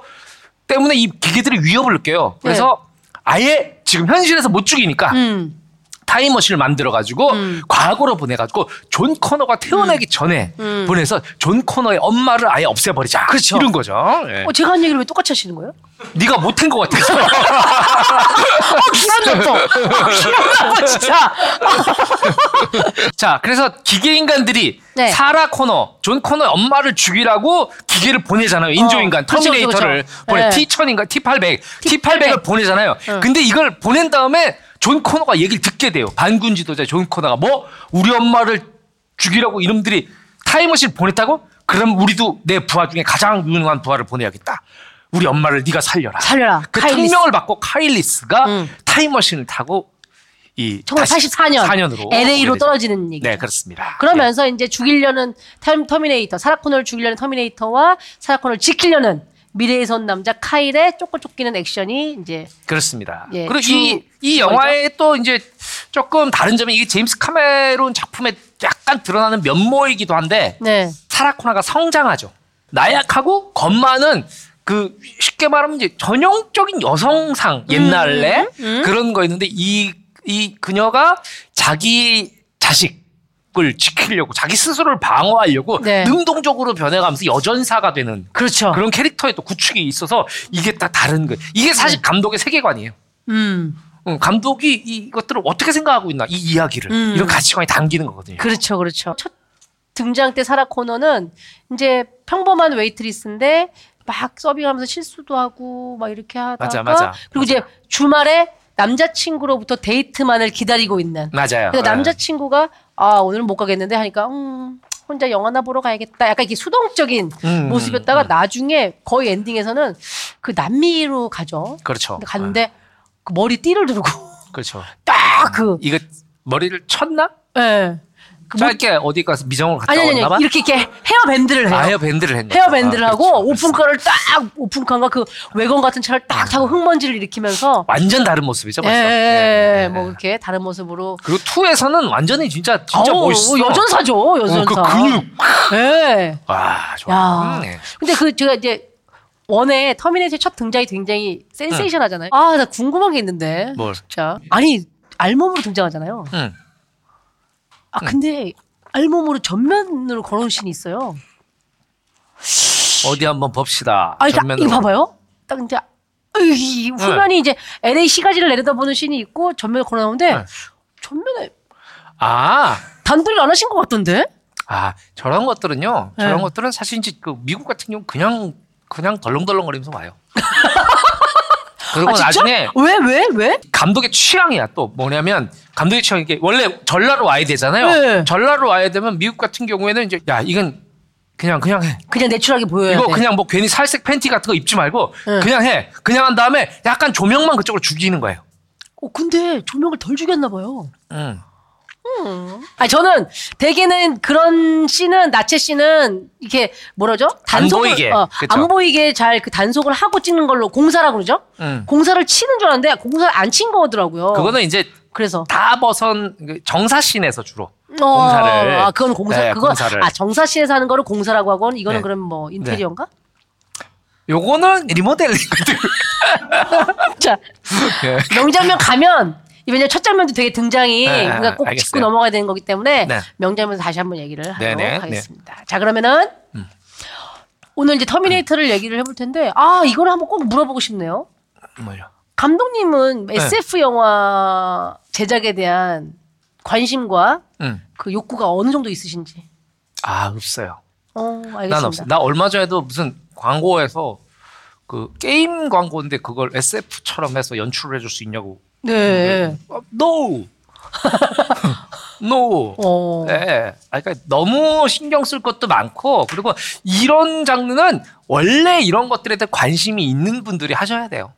S2: 때문에 이 기계들이 위협을 느껴요. 그래서 아예 지금 현실에서 못 죽이니까
S1: 네. 음.
S2: 타임머신을 만들어 가지고 과거로 보내 가지고 존 코너가
S1: 음.
S2: 태어나기 전에 보내서 존 코너의 엄마를 아예 없애버리자.
S1: 그렇죠.
S2: 이런 거죠. 예.
S1: 어, 제가 한 얘기를 왜 똑같이 하시는 거예요?
S2: 네가 못한 것 같아서.
S1: 아, 기분 나빠. 아, 기분 나빠 진짜. 아,
S2: 자, 그래서 기계 인간들이
S1: 네.
S2: 사라 코너, 존 코너의 엄마를 죽이라고 기계를 보내잖아요. 인조 인간
S1: 어, 그렇죠, 그쵸, 그쵸,
S2: 터미네이터를
S1: 그쵸.
S2: 보내
S1: 네.
S2: T1000인가 T800,
S1: T800.
S2: T800을 보내잖아요. 근데 이걸 보낸 다음에 존 코너가 얘기를 듣게 돼요. 반군 지도자 존 코너가 뭐 우리 엄마를 죽이라고 이놈들이 타이머신 보냈다고? 그럼 우리도 내 부하 중에 가장 유능한 부하를 보내야겠다. 우리 엄마를 네가 살려라.
S1: 살려라.
S2: 그
S1: 카일리스.
S2: 특명을 받고 카일리스가
S1: 음.
S2: 타임머신을 타고 이
S1: 1984년
S2: 4년으로
S1: LA로 떨어지는 얘기죠.
S2: 네, 그렇습니다.
S1: 그러면서 이제 죽이려는 템- 터미네이터, 사라 코너를 죽이려는 터미네이터와 사라 코너를 지키려는 미래에서 온 남자 카일의 쫓고 쫓기는 액션이 이제
S2: 예, 그렇습니다.
S1: 예,
S2: 그리고
S1: 주-
S2: 이, 이 영화의 또 이제 조금 다른 점이 이게 제임스 카메론 작품에 약간 드러나는 면모이기도 한데
S1: 네.
S2: 사라코나가 성장하죠. 나약하고 겉만은 그 쉽게 말하면 이제 전형적인
S1: 음,
S2: 여성상 옛날에 그런 거였는데 이, 이 그녀가 자기 자식을 지키려고 자기 스스로를 방어하려고
S1: 네.
S2: 능동적으로 변해가면서 여전사가 되는
S1: 그렇죠.
S2: 그런 캐릭터의 또 구축이 있어서 이게 다 다른 거. 이게
S1: 네.
S2: 사실 감독의 세계관이에요.
S1: 음.
S2: 응, 감독이 이- 이것들을 어떻게 생각하고 있나 이 이야기를
S1: 음.
S2: 이런 가치관이 담기는 거거든요.
S1: 그렇죠. 그렇죠. 첫 등장 때 사라 코너는 이제 평범한 웨이트리스인데 막 서빙하면서 실수도 하고 막 이렇게 하다가
S2: 맞아, 맞아.
S1: 그리고 이제 주말에 남자친구로부터 데이트만을 기다리고 있는
S2: 맞아요.
S1: 그러니까
S2: 예.
S1: 남자친구가 아 오늘은 못 가겠는데 하니까 음, 혼자 영화나 보러 가야겠다. 약간 이게 수동적인
S2: 음,
S1: 모습이었다가 나중에 거의 엔딩에서는 그 남미로 가죠.
S2: 그렇죠.
S1: 근데 갔는데 그 머리 띠를 두르고
S2: 예, 그렇죠.
S1: 딱그
S2: 이거 머리를 쳤나?
S1: 예. 그 뭐-
S2: 짧게 어디 가서 미정을 갔다
S1: 아니 아니
S2: 왔나 봐.
S1: 아니 이렇게 이렇게 헤어 밴드를 해요.
S2: 아, 헤어 밴드를 했네.
S1: 헤어 밴드를
S2: 아,
S1: 하고
S2: 그렇죠, 아. 그렇죠.
S1: 오픈카를 딱 오픈카인가 그 외건 같은 차를 딱 타고 흙먼지를 일으키면서
S2: 완전 다른 모습이죠,
S1: 예,
S2: 벌써.
S1: 예, 예, 뭐
S2: 아, 예.
S1: 그렇게 다른 모습으로
S2: 그리고 2에서는 완전히 진짜 진짜
S1: 아우,
S2: 멋있어.
S1: 여전사죠 여전사.
S2: 어, 그 근육.
S1: 예.
S2: 와,
S1: 야.
S2: 좋아. 음, 네.
S1: 근데 그 제가 이제 원에 터미네이터 의첫 등장이 굉장히
S2: 네.
S1: 센세이션하잖아요. 아 나 궁금한 게 있는데.
S2: 뭘?
S1: 진짜. 아니 알몸으로 등장하잖아요.
S2: 음.
S1: 아 근데 알몸으로 전면으로 걸어온 신이 있어요.
S2: 어디 한번 봅시다.
S1: 아 그러니까
S2: 전면으로. 네.
S1: 이거 봐봐요. 딱 이제 으이, 후면이 이제 LA 시가지를 내려다보는 신이 있고 전면에 걸어나오는데
S2: 네.
S1: 전면에
S2: 아.
S1: 단둘이 안 하신 것 같던데?
S2: 아, 저런 것들은요. 저런
S1: 네.
S2: 것들은 사실 이제 그 미국 같은 경우 그냥 그냥 덜렁덜렁거리면서 와요. 그리고
S1: 아 진짜?
S2: 나중에
S1: 왜 왜 왜?
S2: 감독의 취향이야 또 뭐냐면 감독의 취향이 이게 원래 전라로 와야 되잖아요.
S1: 네.
S2: 전라로 와야 되면 미국 같은 경우에는 이제 야 이건 그냥 그냥 해.
S1: 그냥 내추럴하게 보여야
S2: 이거
S1: 돼.
S2: 그냥 뭐 괜히 살색 팬티 같은 거 입지 말고
S1: 네.
S2: 그냥 해. 그냥 한 다음에 약간 조명만 그쪽으로 죽이는 거예요.
S1: 어, 근데 조명을 덜 죽였나 봐요.
S2: 음.
S1: 아 저는 대개는 그런 씬은 나체 씬은 이렇게 뭐라죠? 단속을
S2: 보이게.
S1: 어,
S2: 그쵸.
S1: 안 보이게 잘 그 단속을 하고 찍는 걸로 공사라고 그러죠?
S2: 음.
S1: 공사를 치는 줄 알았는데 공사를 안 친 거더라고요.
S2: 어. 그거는 이제
S1: 그래서
S2: 다 벗은 그 정사신에서 주로
S1: 어,
S2: 공사를
S1: 아 그건 공사
S2: 네,
S1: 그거
S2: 공사를.
S1: 아 정사씨에서 하는 거를 공사라고 하고 이거는
S2: 네.
S1: 그럼 뭐 인테리어인가?
S2: 요거는 리모델링
S1: 자
S2: 네.
S1: 명장면 가면 이 왜냐 첫 장면도 되게 등장이
S2: 네,
S1: 우리가 꼭
S2: 알겠어요.
S1: 짚고 넘어가야 되는 거기 때문에
S2: 네.
S1: 명장면에서 다시 한번 얘기를 하도록
S2: 네, 음. 네,
S1: 하겠습니다. 자 그러면은 오늘 이제 터미네이터를 얘기를 해볼 텐데 아 이걸 한번 꼭 물어보고 싶네요.
S2: 뭐요?
S1: 감독님은
S2: 네.
S1: SF 영화 제작에 대한 관심과
S2: 음.
S1: 그 욕구가 어느 정도 있으신지.
S2: 아 없어요.
S1: 어 알겠습니다.
S2: 난 없어. 나 얼마 전에도 무슨 광고에서 그 게임 광고인데 그걸 SF처럼 해서 연출을 해줄 수 있냐고.
S1: 네.
S2: 어, no. no.
S1: 어.
S2: 네. 아, 그러니까 너무 신경 쓸 것도 많고 그리고 이런 장르는 원래 이런 것들에 대해 관심이 있는 분들이 하셔야 돼요.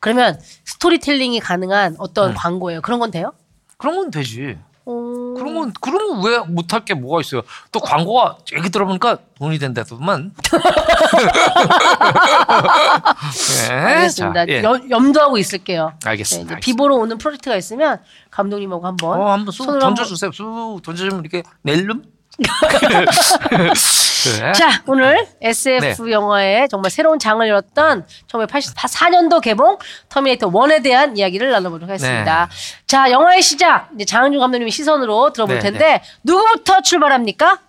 S1: 그러면 스토리텔링이 가능한 어떤
S2: 음.
S1: 광고예요. 그런 건 돼요? 네.
S2: 그런 건 되지.
S1: 오.
S2: 그런 건 그런 건 왜 못할 게 뭐가 있어요? 또 광고가 얘기 들어보니까 돈이 된다더만. 예,
S1: 알겠습니다.
S2: 자, 예.
S1: 염- 염두하고 있을게요. 네,
S2: 알겠습니다.
S1: 이제 비보로 오는 프로젝트가 있으면 감독님하고 한번
S2: 어, 한번 쑥
S1: 손을 한번-
S2: 던져주세요. 쑥 던져주면 이렇게 낼름. 네.
S1: 자, 오늘 SF 영화의 정말 새로운 장을 열었던 1984년도 개봉 터미네이터 1에 대한 이야기를 나눠보도록 하겠습니다. 자, 영화의 시작 이제 장항준 감독님의 시선으로 들어볼
S2: 네,
S1: 텐데 누구부터 출발합니까?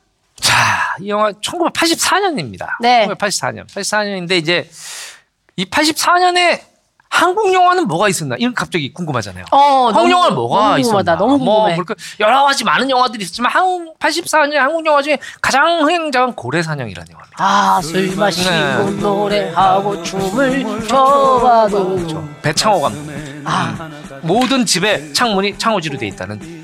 S2: 자, 이 영화 1984년입니다.
S1: 네.
S2: 1984년. 84년인데 이제 이 84년에 한국 영화는 뭐가 있었나? 이건 갑자기 궁금하잖아요.
S1: 어,
S2: 한국
S1: 너무-
S2: 영화 뭐가
S1: 너무 궁금하다.
S2: 있었나?
S1: 너무
S2: 뭐
S1: 궁금해.
S2: 그렇게 여러 가지 많은 영화들이 있었지만 한국 84년에 한국 영화 중에 가장 흥행작은 고래사냥이라는 영화입니다.
S1: 아, 술 마시고
S2: 네.
S1: 노래하고 춤을 춰봐도
S2: 배창호 감독.
S1: 아,
S2: 모든 집에 창문이 창호지로 돼 있다는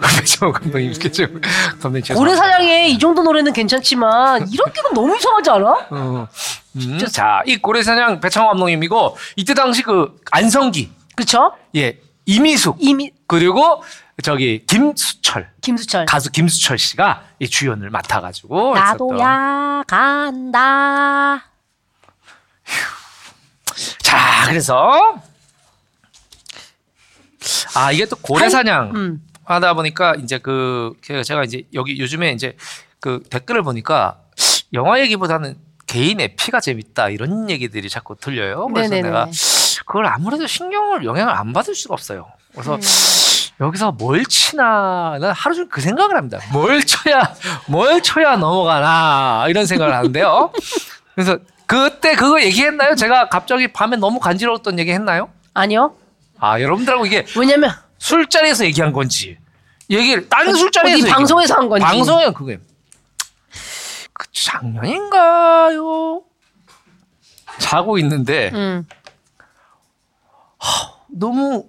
S2: 박재범 그 감독님, 박재범 감독님 죄송합니다.
S1: 고래 사냥의 이 정도 노래는 괜찮지만 이렇게는 너무 이상하지 않아?
S2: 어, 음, 자, 이 고래 사냥 배창호 감독님이고 이때 당시 그 안성기,
S1: 그쵸?
S2: 예, 이미숙
S1: 이미
S2: 그리고 저기 김수철
S1: 김수철
S2: 가수 김수철 씨가 이 주연을 맡아가지고 했었던.
S1: 나도야 간다.
S2: 자, 그래서 아 이게 또 고래
S1: 한-
S2: 사냥
S1: 음.
S2: 하다 보니까 이제 그 제가 이제 여기 요즘에 이제 그 댓글을 보니까 영화 얘기보다는 개인의 피가 재밌다 이런 얘기들이 자꾸 들려요. 그래서
S1: 네네네.
S2: 내가 그걸 아무래도 신경을 영향을 안 받을 수가 없어요. 그래서
S1: 네.
S2: 여기서 뭘 치나 난 하루 종일 그 생각을 합니다. 뭘 쳐야 뭘 쳐야 넘어가나 이런 생각을 하는데요. 그래서 그때 그거 얘기했나요? 제가 갑자기 밤에 너무 간지러웠던 얘기했나요?
S1: 아니요.
S2: 아 여러분들하고 이게
S1: 왜냐면
S2: 술자리에서 얘기한 건지 얘기를 다른 술자리에서
S1: 어디
S2: 얘기한
S1: 방송에서 한 건지.
S2: 방송에 그게 그 작년인가요? 자고 있는데
S1: 음.
S2: 너무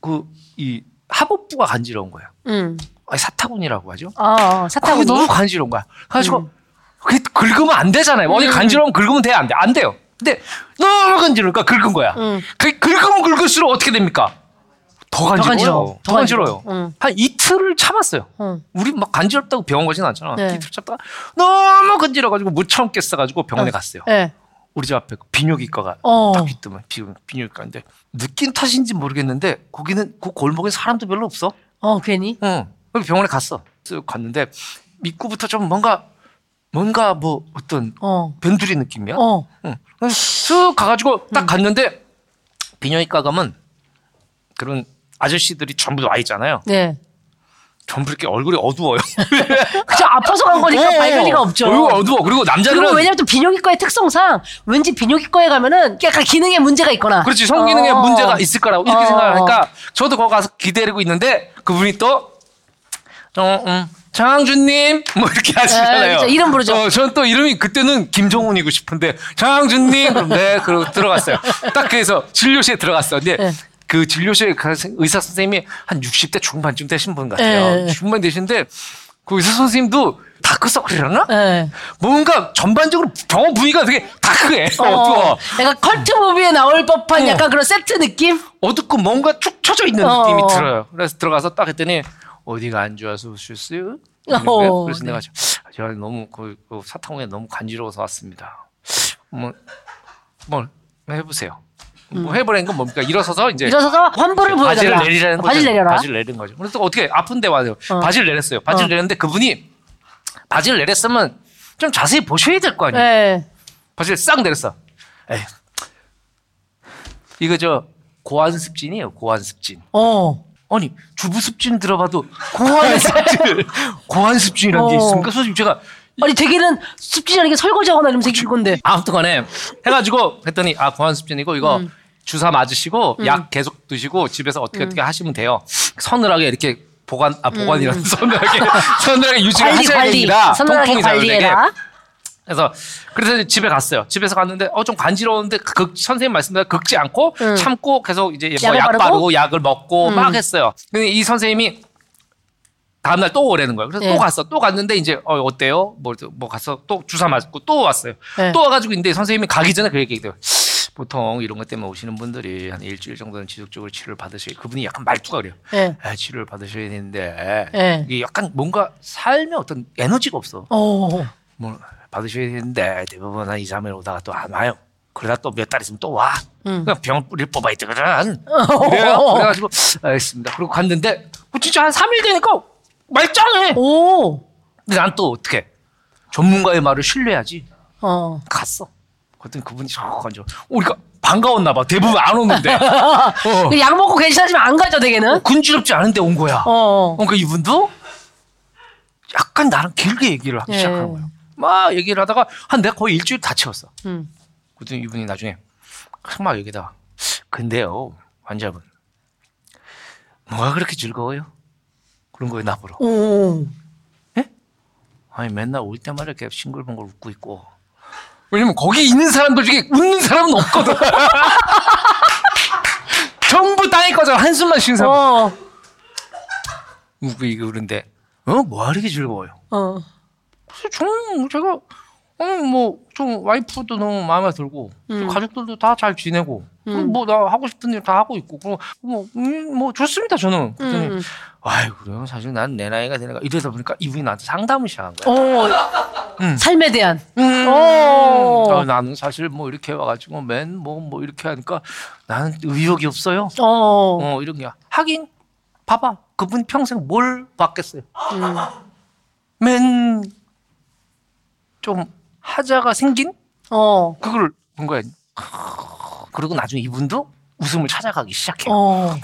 S2: 그 이 하복부가 간지러운 거야.
S1: 음.
S2: 아니, 사타구니라고 하죠.
S1: 어, 어,
S2: 그게
S1: 사타구니.
S2: 너무 간지러운 거야. 그래가지고 그게 긁으면 안 되잖아요. 어디
S1: 음.
S2: 간지러우면 긁으면 돼 안 돼? 안 돼요. 근데 너무 간지러우니까 긁은 거야.
S1: 음.
S2: 그 긁으면 긁을수록 어떻게 됩니까? 더 간지러워요.
S1: 간지러워.
S2: 더
S1: 더
S2: 간지러워요.
S1: 간지러워. 음.
S2: 한 이틀을 참았어요.
S1: 응.
S2: 우리 막 간지럽다고 병원 가진 않잖아.
S1: 네.
S2: 이틀 참다가 너무 간지러가지고 못 참겠어가지고 병원에
S1: 어.
S2: 갔어요.
S1: 예.
S2: 우리 집 앞에 그 비뇨기과가
S1: 어.
S2: 딱 있더만 비- 비뇨기과인데 느낀 탓인지 모르겠는데 거기는 그 골목에 사람도 별로 없어.
S1: 어, 괜히.
S2: 응. 그래서 병원에 갔어. 쓱 갔는데 입구부터 좀 뭔가 뭔가 뭐 어떤
S1: 어.
S2: 변두리 느낌이야.
S1: 어.
S2: 응. 그래서 쓱 가가지고 딱 갔는데 비뇨기과 가면 그런 아저씨들이 전부 와 있잖아요.
S1: 네.
S2: 전부 이렇게 얼굴이 어두워요.
S1: 그쵸 아파서 간 거니까
S2: 어,
S1: 밝을 리가 그러니까 없죠.
S2: 얼굴 어두워. 그리고
S1: 그리고
S2: 남자들은
S1: 왜냐면 또 비뇨기과의 특성상 왠지 비뇨기과에 가면은 약간 기능에 문제가 있거나
S2: 그렇지 성기능에
S1: 어.
S2: 문제가 있을 거라고 이렇게
S1: 어.
S2: 생각하니까 저도 거기 가서 기다리고 있는데 그분이 또 어, 음. 장항준님 뭐 이렇게 하시잖아요.
S1: 그렇죠. 이름 부르죠.
S2: 어, 저는 또 이름이 그때는 김종훈이고 싶은데 장항준님 그럼 네 그러고 들어갔어요. 딱 그래서 진료실에 들어갔어. 근데
S1: 네.
S2: 그 진료실에 가서 의사 선생님이 한 60대 중반쯤 되신 분 같아요.
S1: 네.
S2: 중반 되신데 그 의사 선생님도 다크서클이라나?
S1: 예.
S2: 뭔가 전반적으로 병원 분위기가 되게 다크해.
S1: 어,
S2: 어두워.
S1: 약간 컬트 무비에 나올 법한
S2: 어.
S1: 약간 그런 세트 느낌?
S2: 어둡고 뭔가 쭉 쳐져 있는
S1: 어.
S2: 느낌이 들어요. 그래서 들어가서 딱 했더니 어디가 안 좋아서 오셨어요? 이러는 거예요.
S1: 어,
S2: 그래서
S1: 네.
S2: 내가 저- 제가 너무 그, 그 사탕후에 너무 간지러워서 왔습니다. 뭐, 뭘 해보세요. 뭐 해보라는 건 뭡니까? 일어서서 이제
S1: 음. 일어서서 환불을 보여달라.
S2: 네. 바지를 내리라는 거죠.
S1: 바지를 내려라.
S2: 바지를 내린 거죠. 그래서 어떻게 아픈데 와요.
S1: 어.
S2: 바지를 내렸어요. 바지를
S1: 어.
S2: 내렸는데 그분이 바지를 내렸으면 좀 자세히 보셔야 될 거 아니에요.
S1: 예.
S2: 바지를 싹 내렸어. 에이. 이거 저 고환습진이에요. 고환습진.
S1: 어.
S2: 아니 주부습진 들어봐도 고환습진, 고환습진이라는 게
S1: 어.
S2: 있습니까? 솔직히 제가
S1: 아니 되게는 습진이 아니게 설거지하거나 이러면 생길 건데.
S2: 아무튼간에 해가지고 했더니 아 고환습진이고 이거
S1: 음.
S2: 주사 맞으시고 약 계속 드시고 집에서 어떻게 어떻게
S1: 음.
S2: 하시면 돼요. 서늘하게 이렇게 보관 아 보관이라는 서늘하게 서늘하게 유지를
S1: 관리
S2: 하셔야
S1: 관리.
S2: 됩니다.
S1: 선하게
S2: 통풍이 잘 되게.
S1: 관리해라.
S2: 그래서 그래서 이제 집에 갔어요. 집에서 갔는데 어 좀 간지러운데 극 선생님 말씀대로 극지 않고
S1: 음.
S2: 참고 계속 이제
S1: 약을
S2: 뭐약
S1: 바르고?
S2: 바르고 약을 먹고
S1: 음.
S2: 막 했어요. 근데 이 선생님이 다음날 또 오라는 거예요. 그래서
S1: 예.
S2: 또 갔어. 또 갔는데 이제 어 어때요? 뭐 뭐 가서 또 주사 맞고 또 왔어요.
S1: 예.
S2: 또 와가지고 근데 선생님이 가기 전에 그 얘기해요. 보통 이런 것 때문에 오시는 분들이 한 일주일 정도는 지속적으로 치료를 받으실 그분이 약간 말투가 그래요.
S1: 예.
S2: 아, 치료를 받으셔야 되는데
S1: 예.
S2: 이게 약간 뭔가 삶에 어떤 에너지가 없어.
S1: 어.
S2: 뭐 받으셔야 되는데 대부분 한 2, 3일 오다가 또 안 와요. 그러다 또 몇 달 있으면 또 와.
S1: 음.
S2: 그냥 병원 뿌리를 뽑아야 되거든. 그래요? 그래가지고 알겠습니다. 그리고 갔는데 어, 진짜 한 3일 되니까 말짱해.
S1: 오.
S2: 근데 난 또 어떻게 전문가의 말을 신뢰해야지.
S1: 어.
S2: 갔어. 그랬더니 그분이 저거 먼저 우리가 반가웠나 봐. 대부분 안 오는데. 어.
S1: 근데 약 먹고 괜찮으면 안 가죠, 되게는.
S2: 근지럽지 않은데 온 거야.
S1: 어. 어.
S2: 그러니까 이분도 약간 나랑 길게 얘기를 하기
S1: 예.
S2: 시작한 거예요. 막 얘기를 하다가 한 내가 거의 일주일 다 채웠어.
S1: 음.
S2: 그랬더니 이분이 나중에 막 여기다 근데요 환자분 뭐가 그렇게 즐거워요? 그런 거예요 나보러
S1: 오.
S2: 아니 맨날 올 때마다 이렇게 싱글벙글 웃고 있고 왜냐면 거기 있는 사람들 중에 웃는 사람은 없거든 전부 땅에 꺼져 한숨만 쉬는 사람
S1: 어.
S2: 웃고 그런데 어 뭐하기 즐거워요.
S1: 어.
S2: 그래서 저는 제가 어뭐좀 와이프도 너무 마음에 들고
S1: 음.
S2: 가족들도 다 잘 지내고
S1: 음.
S2: 뭐 나 하고 싶은 일 다 하고 있고 그럼 뭐뭐 좋습니다 저는 그랬더니
S1: 음.
S2: 아이 그래요 사실 난 내 나이가 되니까 이러다 보니까 이분이 나한테 상담을 시작한 거야.
S1: 오.
S2: 음.
S1: 어. 삶에 대한.
S2: 음.
S1: 오.
S2: 아, 나는 사실 뭐 이렇게 와가지고 맨 뭐 뭐 이렇게 하니까 나는 의욕이 없어요.
S1: 어.
S2: 어 이런 게 하긴 봐봐 그분 평생 뭘 봤겠어요.
S1: 음.
S2: 맨 좀 하자가 생긴
S1: 어.
S2: 그걸 본 거야. 그리고 나중에 이분도 웃음을 찾아가기 시작해요.
S1: 어.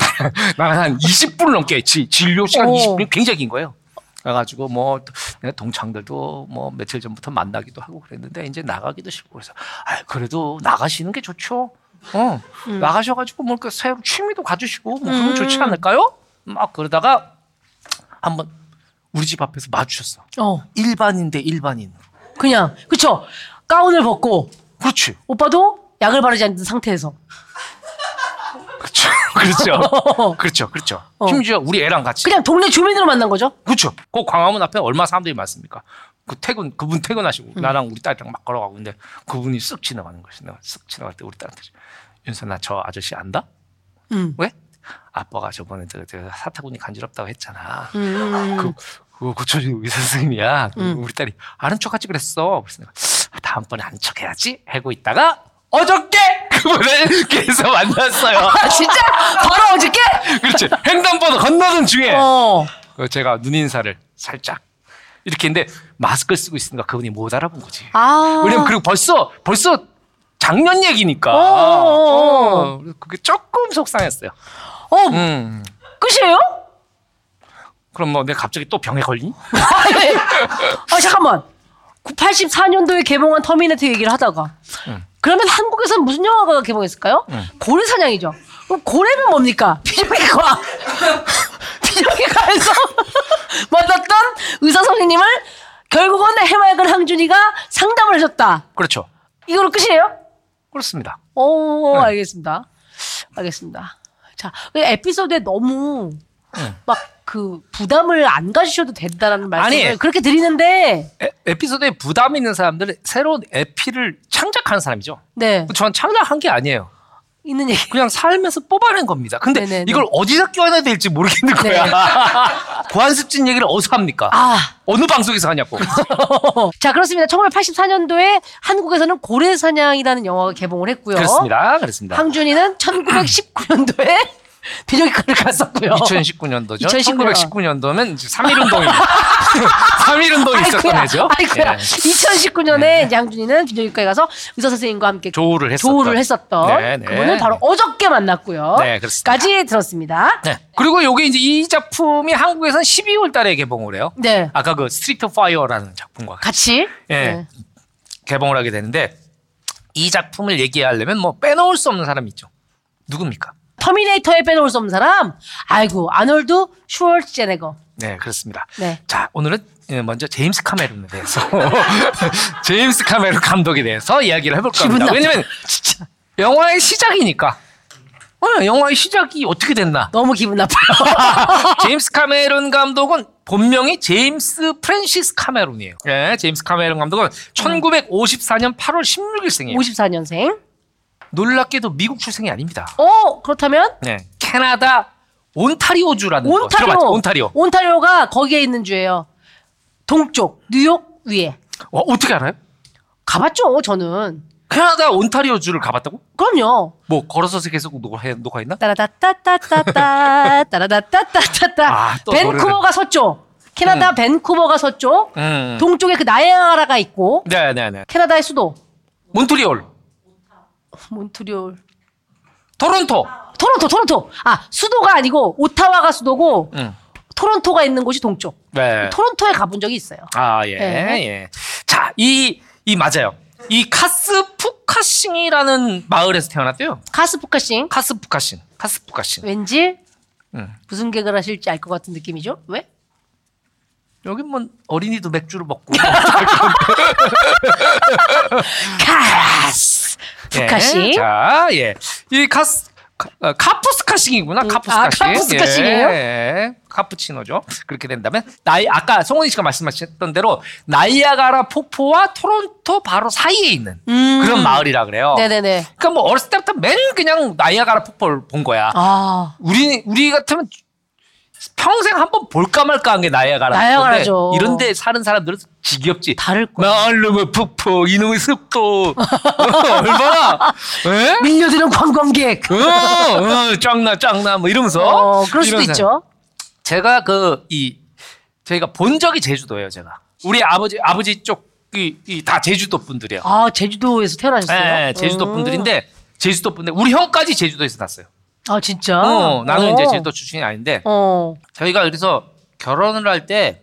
S2: 나는 한 20분을 넘게 지- 진료 시간
S1: 오.
S2: 20분이 굉장히 긴 거예요. 그래가지고 뭐 내 동창들도 뭐 며칠 전부터 만나기도 하고 그랬는데 이제 나가기도 싫고 그래서 아 그래도 나가시는 게 좋죠. 어 나가셔가지고 뭐그 새로 취미도 가지시고 뭐 그러면
S1: 음.
S2: 좋지 않을까요? 막 그러다가 한번 우리 집 앞에서 마주쳤어.
S1: 어.
S2: 일반인 대 일반인.
S1: 그냥 그쵸. 가운을 벗고
S2: 그렇지.
S1: 오빠도 약을 바르지 않는 상태에서.
S2: 그렇죠. 그렇죠. 그렇죠. 그렇죠.
S1: 어.
S2: 심지어 우리 애랑 같이.
S1: 그냥 동네 주민으로 만난 거죠.
S2: 그렇죠. 그 광화문 앞에 얼마 나 사람들이 많습니까? 그 퇴근 그분 퇴근하시고
S1: 음.
S2: 나랑 우리 딸이랑 막 걸어가고 있는데 그분이 쓱 지나가는 거지. 내가 쓱 지나갈 때 우리 딸한테 윤서 나 저 아저씨 안다?
S1: 음.
S2: 왜? 아빠가 저번에 내가- 내가 사타구니 간지럽다고 했잖아.
S1: 음.
S2: 그 그거 고쳐준 의사 선생님이야. 그리고 우리 딸이 아는 척하지 그랬어. 그래서 내가 아, 다음번에 아는 척해야지. 하고 있다가 어저께 그분을 계속 만났어요.
S1: 아 진짜? 바로 어저께?
S2: 그렇지. 횡단보도 건너던 중에
S1: 어.
S2: 그 제가 눈인사를 살짝 이렇게 했는데 마스크를 쓰고 있으니까 그분이 못 알아본 거지.
S1: 아.
S2: 왜냐면 그리고 벌써 벌써 작년 얘기니까.
S1: 어.
S2: 어, 그래서 그게 조금 속상했어요.
S1: 어
S2: 음.
S1: 끝이에요?
S2: 그럼 너 내가 갑자기 또 병에 걸리니?
S1: 아니, 아 잠깐만. 그 84년도에 개봉한 터미네이터 얘기를 하다가 그러면 한국에서는 무슨 영화가 개봉했을까요? 고래 사냥이죠. 그럼 고래면 뭡니까? 비정기과 비정기과에서 만났던 의사 선생님을 결국은 해맑은 항준이가 상담을 해줬다.
S2: 그렇죠.
S1: 이걸로 끝이에요?
S2: 그렇습니다.
S1: 오,
S2: 네.
S1: 알겠습니다. 알겠습니다. 자, 그 에피소드에 너무
S2: 네.
S1: 막 그 부담을 안 가지셔도 된다라는 말씀을
S2: 아니.
S1: 그렇게 드리는데,
S2: 에, 피소드에 부담 있는 사람들은 새로운 에피를 창작하는 사람이죠.
S1: 네,
S2: 전 창작한 게 아니에요.
S1: 있는 얘기.
S2: 그냥 삶에서 뽑아낸 겁니다. 근데
S1: 네네네.
S2: 이걸 어디다 껴야 될지 모르겠는 거야. 고한습진 얘기를 어디서 합니까?
S1: 네. 아,
S2: 어느 방송에서 하냐고.
S1: 자, 그렇습니다. 1984년도에 한국에서는 고래사냥이라는 영화가 개봉을 했고요.
S2: 그렇습니다. 그렇습니다.
S1: 황준이는 1919년도에 비정기과를 갔었고요.
S2: 2019년도죠.
S1: 2019 년.
S2: 1919년도면 3.1운동입니다. 3.1운동이 있었던 해죠.
S1: 아이쿠야.
S2: 예. 네.
S1: 2019년에 양준이는 비정기과에 가서 의사 선생님과 함께
S2: 조우를 했었던.
S1: 조우를 했었던
S2: 네, 네.
S1: 그분을 바로 어저께 만났고요.
S2: 네, 그렇습니다.
S1: 까지 들었습니다.
S2: 네. 그리고 요게 이제 이 작품이 한국에서는 12월 달에 개봉을 해요.
S1: 네.
S2: 아까 그 스트리트 파이어라는 작품과 같이
S1: 같이
S2: 예.
S1: 네.
S2: 개봉을 하게 되는데 이 작품을 얘기하려면 뭐 빼놓을 수 없는 사람이 있죠. 누굽니까?
S1: 터미네이터에 빼놓을 수 없는 사람. 아이고 아놀드 슈월츠제네거.
S2: 네, 그렇습니다.
S1: 네.
S2: 자, 오늘은 예, 먼저 제임스 카메론에 대해서 제임스 카메론 감독에 대해서 이야기를 해볼까
S1: 기분
S2: 합니다.
S1: 나빠.
S2: 왜냐면
S1: 진짜
S2: 영화의 시작이니까. 어, 영화의 시작이 어떻게 됐나?
S1: 너무 기분 나빠요.
S2: 제임스 카메론 감독은 본명이 제임스 프랜시스 카메론이에요. 예, 제임스 카메론 감독은 1954년 8월 16일생이에요.
S1: 54년생.
S2: 놀랍게도 미국 출생이 아닙니다.
S1: 어 그렇다면
S2: 네, 캐나다 온타리오주라는 거
S1: 온타리오.
S2: 음, 들어봤죠? 온타리오.
S1: 온타리오가 거기에 있는 주예요. 동쪽 뉴욕 위에.
S2: 어, 어떻게 알아요?
S1: 가봤죠 저는.
S2: 캐나다 온타리오주를 가봤다고?
S1: 그럼요.
S2: 뭐 걸어서 계속 녹화, 녹화했나?
S1: 따라다따따따따 따라다따따따따
S2: 아, 또
S1: 밴쿠버가 서쪽 캐나다 밴쿠버가 서쪽
S2: 음.
S1: 동쪽에 그 나이아가라가 있고
S2: 네, 네, 네.
S1: 캐나다의 수도
S2: 몬트리올,
S1: 몬트리올
S2: 토론토.
S1: 토론토 토론토 아 수도가 아니고 오타와가 수도고
S2: 음.
S1: 토론토가 있는 곳이 동쪽
S2: 네.
S1: 토론토에 가본 적이 있어요
S2: 아, 예,
S1: 네.
S2: 예. 자, 이, 이 맞아요. 이 카스푸카싱이라는 마을에서 태어났대요.
S1: 카스푸카싱
S2: 카스푸카싱.
S1: 네.
S2: 카스푸카싱.
S1: 왠지
S2: 음.
S1: 무슨 개그를 하실지 알 것 같은 느낌이죠 왜?
S2: 여긴 뭐 어린이도 맥주를 먹고.
S1: 카스
S2: 음. 예,
S1: 푸카싱
S2: 자, 예. 이 카스, 카, 어, 카푸스카싱이구나.
S1: 음,
S2: 카푸스카싱.
S1: 아, 카푸스카싱이에요?
S2: 예. 카푸치노죠. 그렇게 된다면 나이 아까 송은이 씨가 말씀하셨던 대로 나이아가라 폭포와 토론토 바로 사이에 있는
S1: 음.
S2: 그런 마을이라 그래요.
S1: 네네네.
S2: 그러니까 뭐 어렸을 때부터 매일 그냥 나이아가라 폭포를 본 거야.
S1: 아.
S2: 우리 우리 같으면 평생 한 번 볼까 말까 한 게 나야가라.
S1: 나야가라죠.
S2: 이런데 사는 사람들은 지겹지.
S1: 다를 거야.
S2: 말름의 폭포, 이놈의 습도. 어, 얼마나? 에?
S1: 밀려드는 관광객.
S2: 어, 어, 짱나, 짱나, 뭐 이러면서.
S1: 어, 그럴 수도
S2: 이러면서.
S1: 있죠.
S2: 제가 그, 이, 저희가 본 적이 제주도예요, 제가. 우리 아버지, 아버지 쪽이 이, 다 제주도 분들이에요.
S1: 아, 제주도에서 태어나셨어요?
S2: 예, 제주도
S1: 음.
S2: 분들인데, 제주도 분들, 우리 형까지 제주도에서 났어요.
S1: 아, 진짜?
S2: 어, 나는
S1: 어.
S2: 이제 제주도 출신이 아닌데,
S1: 어.
S2: 저희가 그래서 결혼을 할 때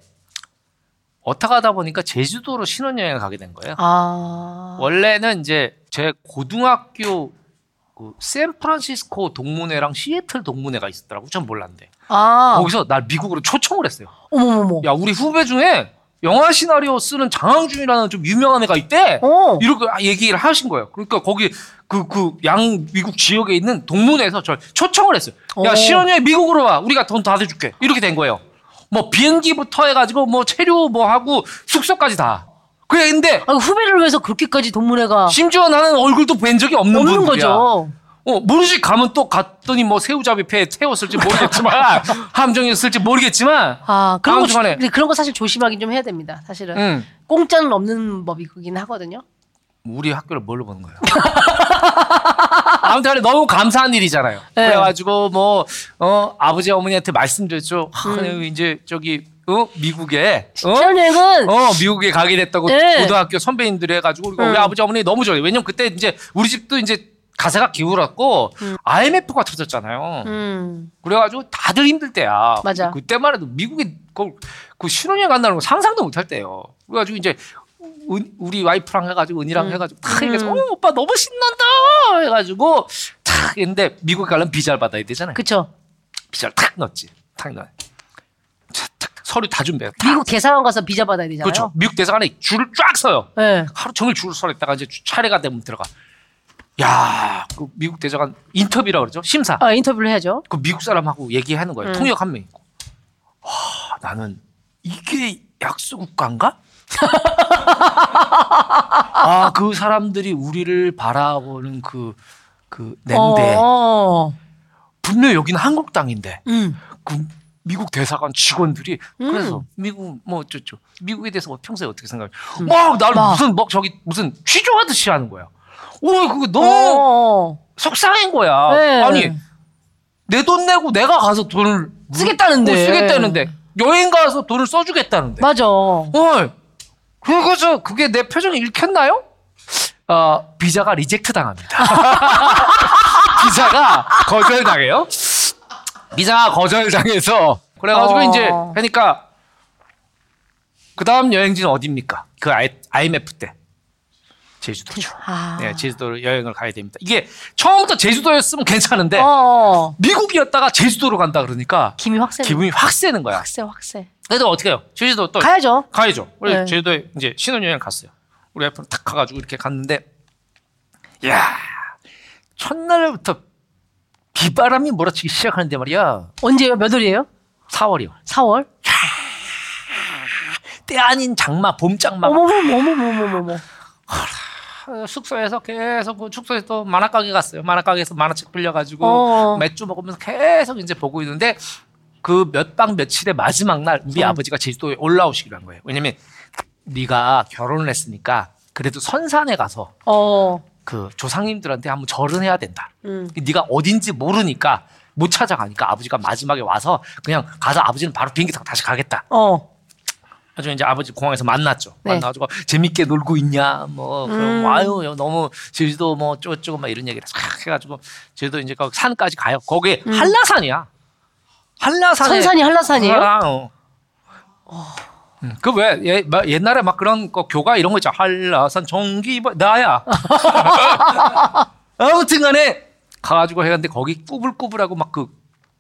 S2: 어떻게 하다 보니까 제주도로 신혼여행을 가게 된 거예요.
S1: 아.
S2: 원래는 이제 제 고등학교 그 샌프란시스코 동문회랑 시애틀 동문회가 있었더라고. 전 몰랐는데.
S1: 아.
S2: 거기서 날 미국으로 초청을 했어요.
S1: 어머머머.
S2: 야, 우리 후배 중에 영화 시나리오 쓰는 장항준이라는 좀 유명한 애가 있대.
S1: 어.
S2: 이렇게 아, 얘기를 하신 거예요. 그러니까 거기 그 그 양 미국 지역에 있는 동문회에서 저 초청을 했어요. 야
S1: 오.
S2: 신혼여행 미국으로 와. 우리가 돈 다 대줄게. 이렇게 된 거예요. 뭐 비행기부터 해가지고 뭐 체류 뭐 하고 숙소까지 다. 그래 근데
S1: 아, 후배를 위해서 그렇게까지 동문회가
S2: 심지어 나는 얼굴도 뵌 적이 없는,
S1: 없는
S2: 분들이야.
S1: 거죠.
S2: 어 모르지 가면 또 갔더니 뭐 새우잡이 회 태웠을지 모르겠지만 함정이었을지 모르겠지만.
S1: 아, 그런 거, 조-
S2: 아무튼간에.
S1: 근데 그런 거 사실 조심하긴 좀 해야 됩니다. 사실은.
S2: 응.
S1: 공짜는 없는 법이긴 하거든요.
S2: 우리 학교를 뭘로 보는 거예요? 아무튼 간에 너무 감사한 일이잖아요.
S1: 네.
S2: 그래가지고 뭐 어, 아버지 어머니한테
S1: 음.
S2: 말씀드렸죠. 하, 내가 이제 저기 어? 미국에 어?
S1: 신혼여행은
S2: 어, 미국에 가게 됐다고
S1: 네.
S2: 고등학교 선배님들 해가지고 우리가 우리
S1: 음.
S2: 아버지 어머니 너무 좋아요. 왜냐면 그때 이제 우리 집도 이제 가세가 기울었고 IMF가 터졌잖아요.
S1: 음.
S2: 그래가지고 다들 힘들 때야.
S1: 맞아.
S2: 그때만 해도 미국에 그, 그 신혼여행 간다는 거 상상도 못 할 때예요. 그래가지고 이제 은- 우리 와이프랑 해가지고 은이랑
S1: 음.
S2: 해가지고 탁 얘기해서 어 오빠 너무 신난다 해가지고 탁 했는데 미국 가려면 비자를 받아야 되잖아요.
S1: 그쵸.
S2: 비자를 탁 넣었지. 탁 넣어. 탁 서류 다 준비해. 탁.
S1: 미국 대사관 가서 비자 받아야 되잖아요.
S2: 그렇죠. 미국 대사관에 줄을 쫙 서요.
S1: 예.
S2: 하루 종일 줄을 서 있다가 이제 차례가 되면 들어가. 야, 그 미국 대사관 인터뷰라 고 그러죠. 심사.
S1: 아, 인터뷰를 해야죠.
S2: 그 미국 사람하고 얘기하는
S1: 음.
S2: 거예요. 통역 한 명 있고. 와, 나는 이게 약소국가인가? 아, 그 사람들이 우리를 바라보는 그, 그 냄새.
S1: 어.
S2: 분명 여기는 한국 땅인데.
S1: 음.
S2: 그 미국 대사관 직원들이 그래서 미국 뭐 어쩌죠. 미국에 대해서 뭐 평소에 어떻게 생각해? 막 나를
S1: 음. 막.
S2: 무슨 막 저기 무슨 취조하듯이 하는 거야. 오, 그거 너무
S1: 어.
S2: 속상한 거야.
S1: 네.
S2: 아니 내 돈 내고 내가 가서 돈을
S1: 쓰겠다는데.
S2: 어, 쓰겠다는데 여행 가서 돈을 써주겠다는데.
S1: 맞아.
S2: 어, 그거죠. 그게 내 표정이 읽혔나요? 어, 비자가 리젝트 당합니다. 비자가 거절 당해요. 비자가 거절 당해서 그래가지고
S1: 어.
S2: 이제 그러니까 그 다음 여행지는 어디입니까? 그 아이, IMF 때 제주도죠.
S1: 아.
S2: 네, 제주도로 여행을 가야 됩니다. 이게 처음부터 제주도였으면 괜찮은데
S1: 어.
S2: 미국이었다가 제주도로 간다 그러니까
S1: 김이 확세.
S2: 기분이 확 세는 거야.
S1: 확세 확세.
S2: 그래도 어떻게 해요? 제주도 또
S1: 가야죠.
S2: 가야죠. 우리
S1: 네.
S2: 제주도에 이제 신혼여행 갔어요. 우리 와이프랑 탁 가가지고 이렇게 갔는데, 야 첫날부터 비바람이 몰아치기 시작하는데 말이야.
S1: 언제요? 몇 월이에요?
S2: 4월이요.
S1: 4월?
S2: 때 아닌 장마, 봄 장마.
S1: 어머머머 어머머머머.
S2: 어, 숙소에서 계속 그 숙소에서 또 만화 가게 갔어요. 만화 가게에서 만화책 빌려가지고
S1: 어.
S2: 맥주 먹으면서 계속 이제 보고 있는데 그 몇 박 며칠의 마지막 날
S1: 음.
S2: 우리 아버지가 제주도에 올라오시기로 한 거예요. 왜냐면 네가 결혼을 했으니까 그래도 선산에 가서
S1: 어.
S2: 그 조상님들한테 한번 절은 해야 된다.
S1: 음.
S2: 네가 어딘지 모르니까 못 찾아가니까 아버지가 마지막에 와서 그냥 가서 아버지는 바로 비행기 타고 다시 가겠다.
S1: 어.
S2: 그래서 이제 아버지 공항에서 만났죠.
S1: 네.
S2: 만나가지고 재밌게 놀고 있냐, 뭐 그럼
S1: 음.
S2: 아유 여- 너무 제주도 뭐 쪼쪼 막 이런 얘기를 싹 해가지고 제주도 이제 거기 산까지 가요. 거기 한라산이야. 한라산에
S1: 선산이 음. 한라산이에요?
S2: 아, 어. 음, 그왜 옛날에 막 그런 거 교가 이런 거 있죠 한라산 전기 뭐, 나야 아무튼간에 가가지고 해갔는데 거기 꾸불꾸불하고 막 그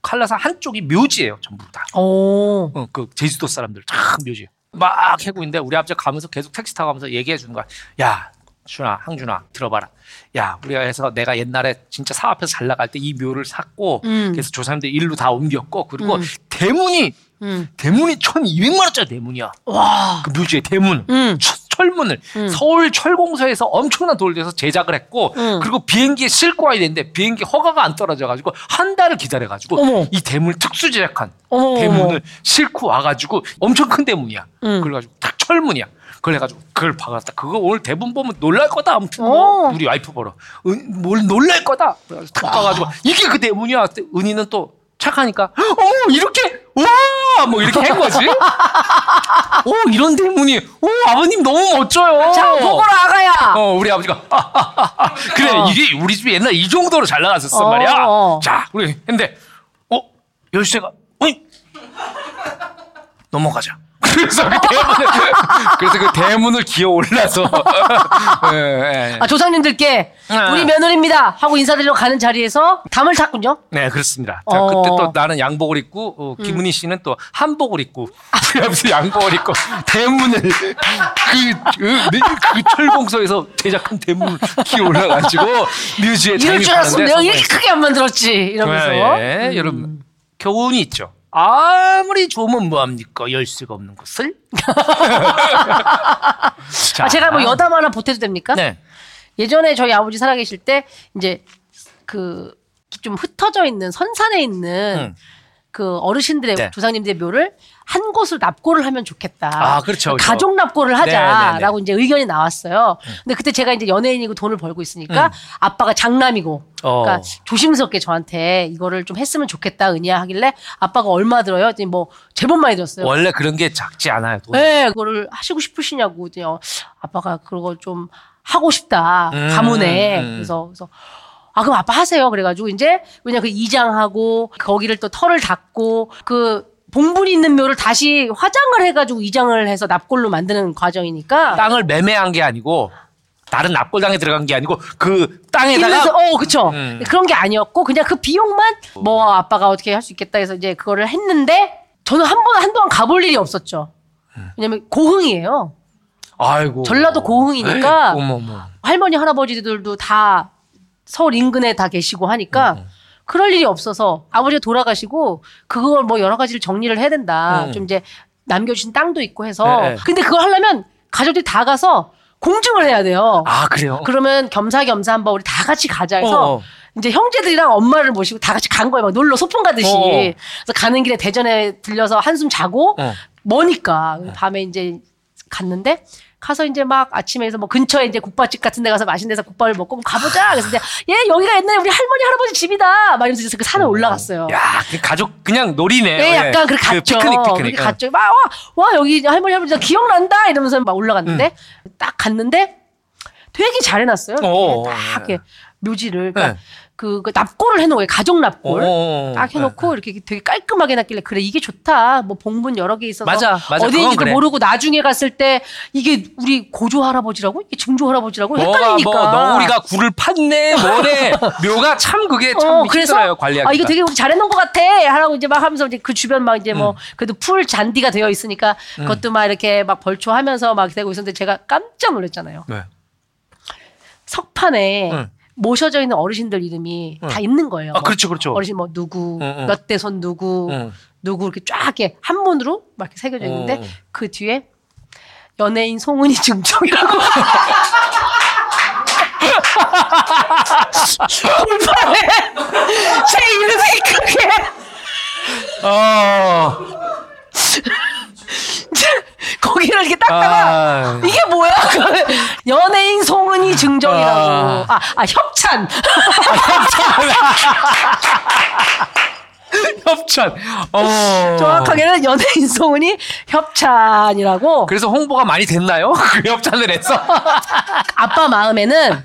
S2: 한라산 한쪽이 묘지예요 전부 다
S1: 아. 오.
S2: 어, 그 제주도 사람들 참 묘지 막 해고 있는데 우리 아버지 가면서 계속 택시 타고 가면서 얘기해 주는 거야. 야 준아, 항준아 들어봐라. 야, 우리가 해서 내가 옛날에 진짜 사업해서 잘 나갈 때 이 묘를 샀고
S1: 음.
S2: 그래서 조사님들 일로 다 옮겼고 그리고
S1: 음.
S2: 대문이
S1: 음.
S2: 대문이 1,200만 원짜리 대문이야.
S1: 와.
S2: 그 묘지의 대문.
S1: 음.
S2: 철- 철문을
S1: 음.
S2: 서울 철공소에서 엄청난 돈을 들여서 제작을 했고
S1: 음.
S2: 그리고 비행기에 싣고 와야 되는데 비행기 허가가 안 떨어져 가지고 한 달을 기다려 가지고
S1: 어머.
S2: 이 대문을 특수 제작한
S1: 어머, 어머.
S2: 대문을 싣고 와 가지고 엄청 큰 대문이야.
S1: 음.
S2: 그래 가지고 딱 철문이야. 그래 가지고 그걸 박았다. 그거 오늘 대본 보면 놀랄 거다. 아무튼 뭐
S1: 어.
S2: 우리 와이프 보러 은- 뭘 놀랄 거다. 그래가지고 탁 봐가지고 이게 그 대문이야. 그때 은희는 또 착하니까 어 이렇게 와뭐 이렇게 한 거지. 오 이런 대문이 오 아버님 너무 멋져요.
S1: 자, 보거라 아가야.
S2: 어 우리 아버지가 아, 아, 아, 아. 그래
S1: 어.
S2: 이게 우리 집이 옛날 이 정도로 잘 나갔었단
S1: 어.
S2: 말이야. 자 우리 근데 어 열쇠가 어이 넘어가자. 그래서 그 대문을 그래서 그 대문을 기어 올라서 예, 예.
S1: 아, 조상님들께
S2: 아.
S1: 우리 며느리입니다 하고 인사드리러 가는 자리에서 담을 탔군요.
S2: 네 그렇습니다. 자,
S1: 어. 음.
S2: 그때 또 나는 양복을 입고 어, 김은희 씨는 또 한복을 입고 우리 아버지 양복을 입고 대문을 그, 그, 네, 그 철공소에서 제작한 대문을 기어 올라가지고 뮤지에
S1: 이럴 줄 알았으면 네, 내가 이렇게 크게 안 만들었지 이러면서
S2: 예, 예. 여러분 교훈이 있죠. 아무리 좋으면 뭐합니까? 열쇠가 없는 것을. 자,
S1: 아, 제가 뭐 여담 하나 보태도 됩니까?
S2: 네.
S1: 예전에 저희 아버지 살아계실 때 이제 그 좀 흩어져 있는 선산에 있는
S2: 음.
S1: 그 어르신들의
S2: 네.
S1: 조상님들의 묘를 한 곳을 납고를 하면 좋겠다.
S2: 아, 그렇죠, 그렇죠.
S1: 가족 납고를
S2: 네, 음. 네,
S1: 하자라고 이제 의견이 나왔어요. 근데 그때 제가 이제 연예인이고 돈을 벌고 있으니까 아빠가 장남이고
S2: 음. 어.
S1: 그러니까 조심스럽게 저한테 이거를 좀 했으면 좋겠다 은희야 하길래 아빠가 얼마 들어요? 했더니 뭐 제법 많이 들었어요.
S2: 원래 그런 게 작지 않아요. 돈.
S1: 네, 그거를 하시고 싶으시냐고 이제 어, 아빠가 그거 좀 하고 싶다
S2: 음,
S1: 가문에
S2: 음.
S1: 그래서 그래서 아 그럼 아빠 하세요 그래가지고 이제 왜냐 그 이장하고 거기를 또 털을 닦고 그 봉분이 있는 묘를 다시 화장을 해가지고 이장을 해서 납골로 만드는 과정이니까
S2: 땅을 매매한 게 아니고 다른 납골당에 들어간 게 아니고 그 땅에다가
S1: 이래서 어 그쵸
S2: 음.
S1: 그런 게 아니었고 그냥 그 비용만 뭐 아빠가 어떻게 할 수 있겠다 해서 이제 그거를 했는데 저는 한 번 한동안 가볼 일이 없었죠
S2: 음.
S1: 왜냐면 고흥이에요
S2: 아이고
S1: 전라도 고흥이니까
S2: 어머 어머.
S1: 할머니 할아버지들도 다 서울 인근에 다 계시고 하니까
S2: 네,
S1: 그럴 일이 없어서 아버지가 돌아가시고 그걸 뭐 여러 가지를 정리를 해야 된다.
S2: 음.
S1: 좀 이제 남겨주신 땅도 있고 해서
S2: 네, 네.
S1: 근데 그걸 하려면 가족들이 다 가서 공증을 해야 돼요.
S2: 아 그래요?
S1: 그러면 겸사겸사 한번 우리 다 같이 가자 해서
S2: 어, 어.
S1: 이제 형제들이랑 엄마를 모시고 다 같이 간 거예요. 막 놀러 소풍 가듯이.
S2: 어.
S1: 그래서 가는 길에 대전에 들려서 한숨 자고
S2: 어. 네.
S1: 머니까 밤에 이제 갔는데 가서 이제 막 아침에서 뭐 근처에 이제 국밥집 같은 데 가서 맛있는 데서 국밥을 먹고 그럼 가보자. 그래서 이제 얘 여기가 옛날에 우리 할머니 할아버지 집이다. 막 이러면서 그 산에 올라갔어요.
S2: 야, 그 가족 그냥 놀이네.
S1: 예, 약간 그렇게 갔죠.
S2: 피크닉
S1: 그렇게
S2: 피크닉.
S1: 갔죠. 막, 와, 와, 여기 할머니, 할아버지 나 기억난다! 이러면서 막 올라갔는데, 딱 갔는데, 되게 잘 해놨어요.
S2: 음. 어,
S1: 이렇게
S2: 어,
S1: 딱
S2: 예.
S1: 이렇게 묘지를. 그러니까
S2: 예.
S1: 그, 그 납골을 해놓은 거예요. 가족 납골.
S2: 어, 어,
S1: 딱 해놓고 이렇게 되게 깔끔하게 해놨길래, 그래, 이게 좋다. 뭐 봉분 여러 개 있어서.
S2: 맞아, 맞아.
S1: 어디인지도
S2: 그건 그래.
S1: 모르고 나중에 갔을 때, 이게 우리 고조 할아버지라고? 이게 증조 할아버지라고?
S2: 뭐가
S1: 헷갈리니까.
S2: 뭐 너구리가 굴을 팠네 뭐네 묘가 참 그게 참 힘들어요 관리하기.
S1: 아 이거 되게 잘해놓은 것 같아 하라고 이제 막 하면서 이제 그 주변 막 이제
S2: 음.
S1: 뭐 그래도 풀 잔디가 되어 있으니까 그것도 막 이렇게 막 벌초하면서 막 되고 있었는데 제가 깜짝 놀랐잖아요.
S2: 네.
S1: 석판에
S2: 음.
S1: 모셔져 있는 어르신들 이름이 다 있는 거예요.
S2: 아
S1: 뭐
S2: 그렇죠 그렇죠.
S1: 어르신 뭐 누구
S2: 음, 음.
S1: 몇 대손 누구
S2: 음.
S1: 누구 이렇게 쫙 이렇게 한 문으로 막 이렇게 새겨져 있는데
S2: 음.
S1: 그 뒤에 연예인 송은이 증정이라고 골판에 제 이름이 크게
S2: 어.
S1: 거기를 이렇게 닦다가
S2: 아유.
S1: 이게 뭐야? 연예인 송은이 증정이라고.
S2: 아.
S1: 아, 아 협찬.
S2: 협찬. 어.
S1: 정확하게는 연예인 송은이 협찬이라고.
S2: 그래서 홍보가 많이 됐나요? 그 협찬을 해서.
S1: 아빠 마음에는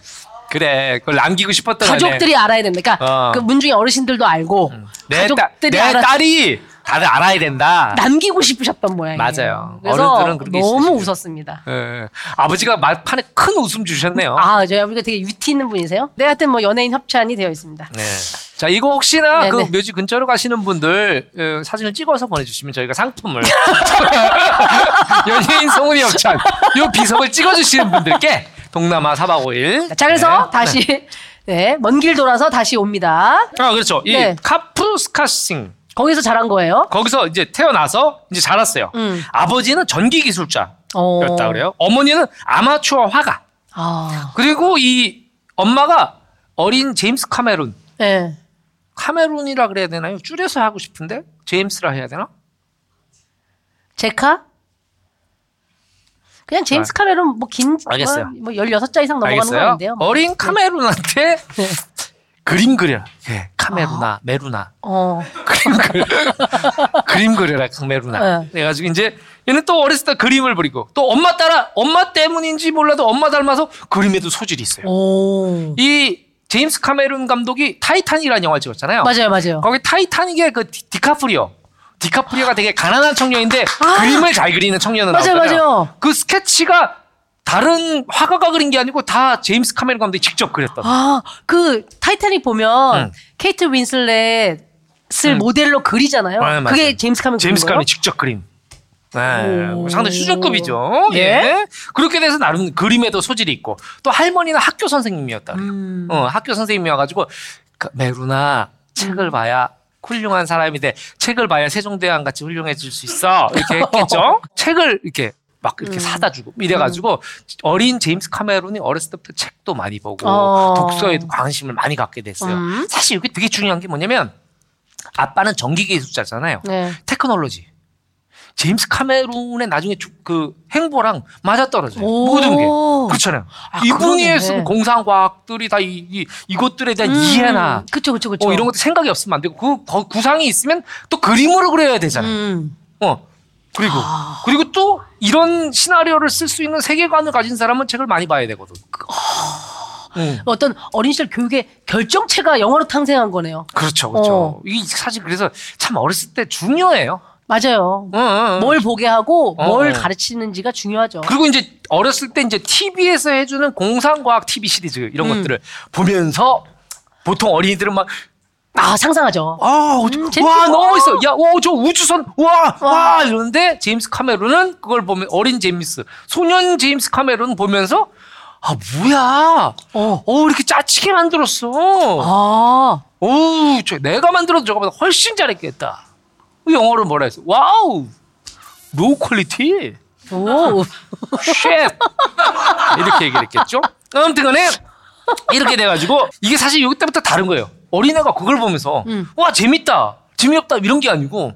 S2: 그래 그걸 남기고 싶었던
S1: 가족들이 알아야 됩니다. 그러니까
S2: 네. 어. 음.
S1: 그 문중의 어르신들도 알고
S2: 내, 딸-
S1: 가족들이
S2: 내
S1: 알아
S2: 딸이 다들 알아야 된다.
S1: 남기고 싶으셨던 모양이에요.
S2: 맞아요.
S1: 그래서
S2: 어른들은 그렇게
S1: 너무
S2: 있으시죠.
S1: 웃었습니다.
S2: 예. 아버지가 말판에 큰 웃음 주셨네요.
S1: 아, 저희 아버지가 되게 유티 있는 분이세요? 네, 하여튼 뭐 연예인 협찬이 되어 있습니다.
S2: 네. 자, 이거 혹시나
S1: 네네.
S2: 그 묘지 근처로 가시는 분들 어, 사진을 찍어서 보내주시면 저희가 상품을 연예인 성훈이 협찬 요 비석을 찍어주시는 분들께 동남아 4박 5일. 네.
S1: 자, 그래서 다시 네, 먼 길 돌아서 다시 옵니다.
S2: 아 그렇죠. 이
S1: 네.
S2: 카프스카싱
S1: 거기서 잘한 거예요.
S2: 거기서 이제 태어나서 이제 자랐어요.
S1: 음.
S2: 아버지는 전기 기술자였다
S1: 어.
S2: 그래요. 어머니는 아마추어 화가.
S1: 아,
S2: 그리고 이 엄마가 어린 제임스 카메론
S1: 네.
S2: 카메론이라 그래야 되나요? 줄여서 하고 싶은데 제임스라 해야 되나?
S1: 제카? 그냥 제임스 카메론 뭐긴
S2: 아. 알겠어요.
S1: 뭐 16자 이상 넘어가는 건
S2: 알겠어요.
S1: 안 돼요. 뭐.
S2: 어린 카메론한테
S1: 네. 아.
S2: 그림 그려라. 예, 카메루나 메루나
S1: 어.
S2: 그림 그려 그림 그려라 카메루나.
S1: 네.
S2: 그래가지고 이제 얘는 또 어렸을 때 그림을 그리고 또 엄마 따라 엄마 때문인지 몰라도 엄마 닮아서 그림에도 소질이 있어요.
S1: 오.
S2: 이 제임스 카메룬 감독이 타이타닉이라는 영화를 찍었잖아요.
S1: 맞아요, 맞아요.
S2: 어. 거기 타이타닉의 그 디- 디카프리오. 디카프리오가 되게 가난한 청년인데 그림을 잘 그리는 청년은
S1: 아. 맞아요,
S2: 나오잖아요.
S1: 맞아요.
S2: 그 스케치가 다른 화가가 그린 게 아니고 다 제임스 카메룬 감독이 직접 그렸다.
S1: 아, 그 타이타닉 보면
S2: 음.
S1: 케이트 윈슬렛을
S2: 음.
S1: 모델로 그리잖아요.
S2: 네, 맞아요.
S1: 그게 제임스 카메론
S2: 제임스
S1: 그린 거예요?
S2: 카메룬이 직접 그림. 네,
S1: 오.
S2: 상당히 수준급이죠.
S1: 예.
S2: 예. 그렇게 돼서 나름 그림에도 소질이 있고 또 할머니는 학교 선생님이었다. 그래요.
S1: 음.
S2: 어, 학교 선생님이어가지고 그, 메루나
S1: 음.
S2: 책을 봐야 훌륭한 사람이 돼. 책을 봐야 세종대왕 같이 훌륭해질 수 있어. 이렇게 했겠죠. 책을 이렇게 막 이렇게
S1: 음.
S2: 사다 주고 이래가지고 어린 제임스 카메론이 어렸을 때부터 책도 많이 보고
S1: 어.
S2: 독서에도 관심을 많이 갖게 됐어요.
S1: 음.
S2: 사실 이게 되게 중요한 게 뭐냐면 아빠는 전기 기술자잖아요.
S1: 네.
S2: 테크놀로지. 제임스 카메론의 나중에 주- 그 행보랑 맞아ط떨어져요.
S1: 오.
S2: 모든 게 그렇잖아요.
S1: 아, 그러네.
S2: 이분이 쓴 공상 과학들이 다 이, 이 그러니까 이것들에 대한 이해나
S1: 음. 그쵸, 그쵸, 그쵸.
S2: 어, 이런 것도 생각이 없으면 안 되고 그 거- 구상이 있으면 또 그림으로 그려야 되잖아요.
S1: 음.
S2: 어. 그리고
S1: 아.
S2: 그리고 또 이런 시나리오를 쓸 수 있는 세계관을 가진 사람은 책을 많이 봐야 되거든.
S1: 그, 아.
S2: 음.
S1: 어떤 어린 시절 교육의 결정체가 영어로 탄생한 거네요.
S2: 그렇죠, 그렇죠.
S1: 어.
S2: 이 사실 그래서 참 어렸을 때 중요해요. 어,
S1: 맞아요.
S2: 응, 응, 응.
S1: 뭘 보게 하고
S2: 어,
S1: 뭘
S2: 어.
S1: 가르치는지가 중요하죠.
S2: 그리고 이제 어렸을 때 이제 TV에서 해주는 공상과학 TV 시리즈 이런
S1: 음.
S2: 것들을 보면서 보통 어린이들은 막
S1: 아, 상상하죠.
S2: 아, 어,
S1: 음, 재밌겠다.
S2: 와 너무 있어. 야, 오, 저 우주선, 와, 와, 이러는데 제임스 카메론은 그걸 보면 어린 제임스, 소년 제임스 카메론 보면서 아 뭐야,
S1: 어.
S2: 어 이렇게 짜치게 만들었어.
S1: 아.
S2: 어우, 저 내가 만들어도 저거보다 훨씬 잘했겠다. 그 영어로 뭐라 했어? 와우, 로우 퀄리티.
S1: 오.
S2: 아. 쉣 이렇게 얘기를 했겠죠 아무튼간에 이렇게 돼가지고 이게 사실 여기 때부터 다른 거예요 어린애가 그걸 보면서
S1: 음.
S2: 와 재밌다 재미없다 이런 게 아니고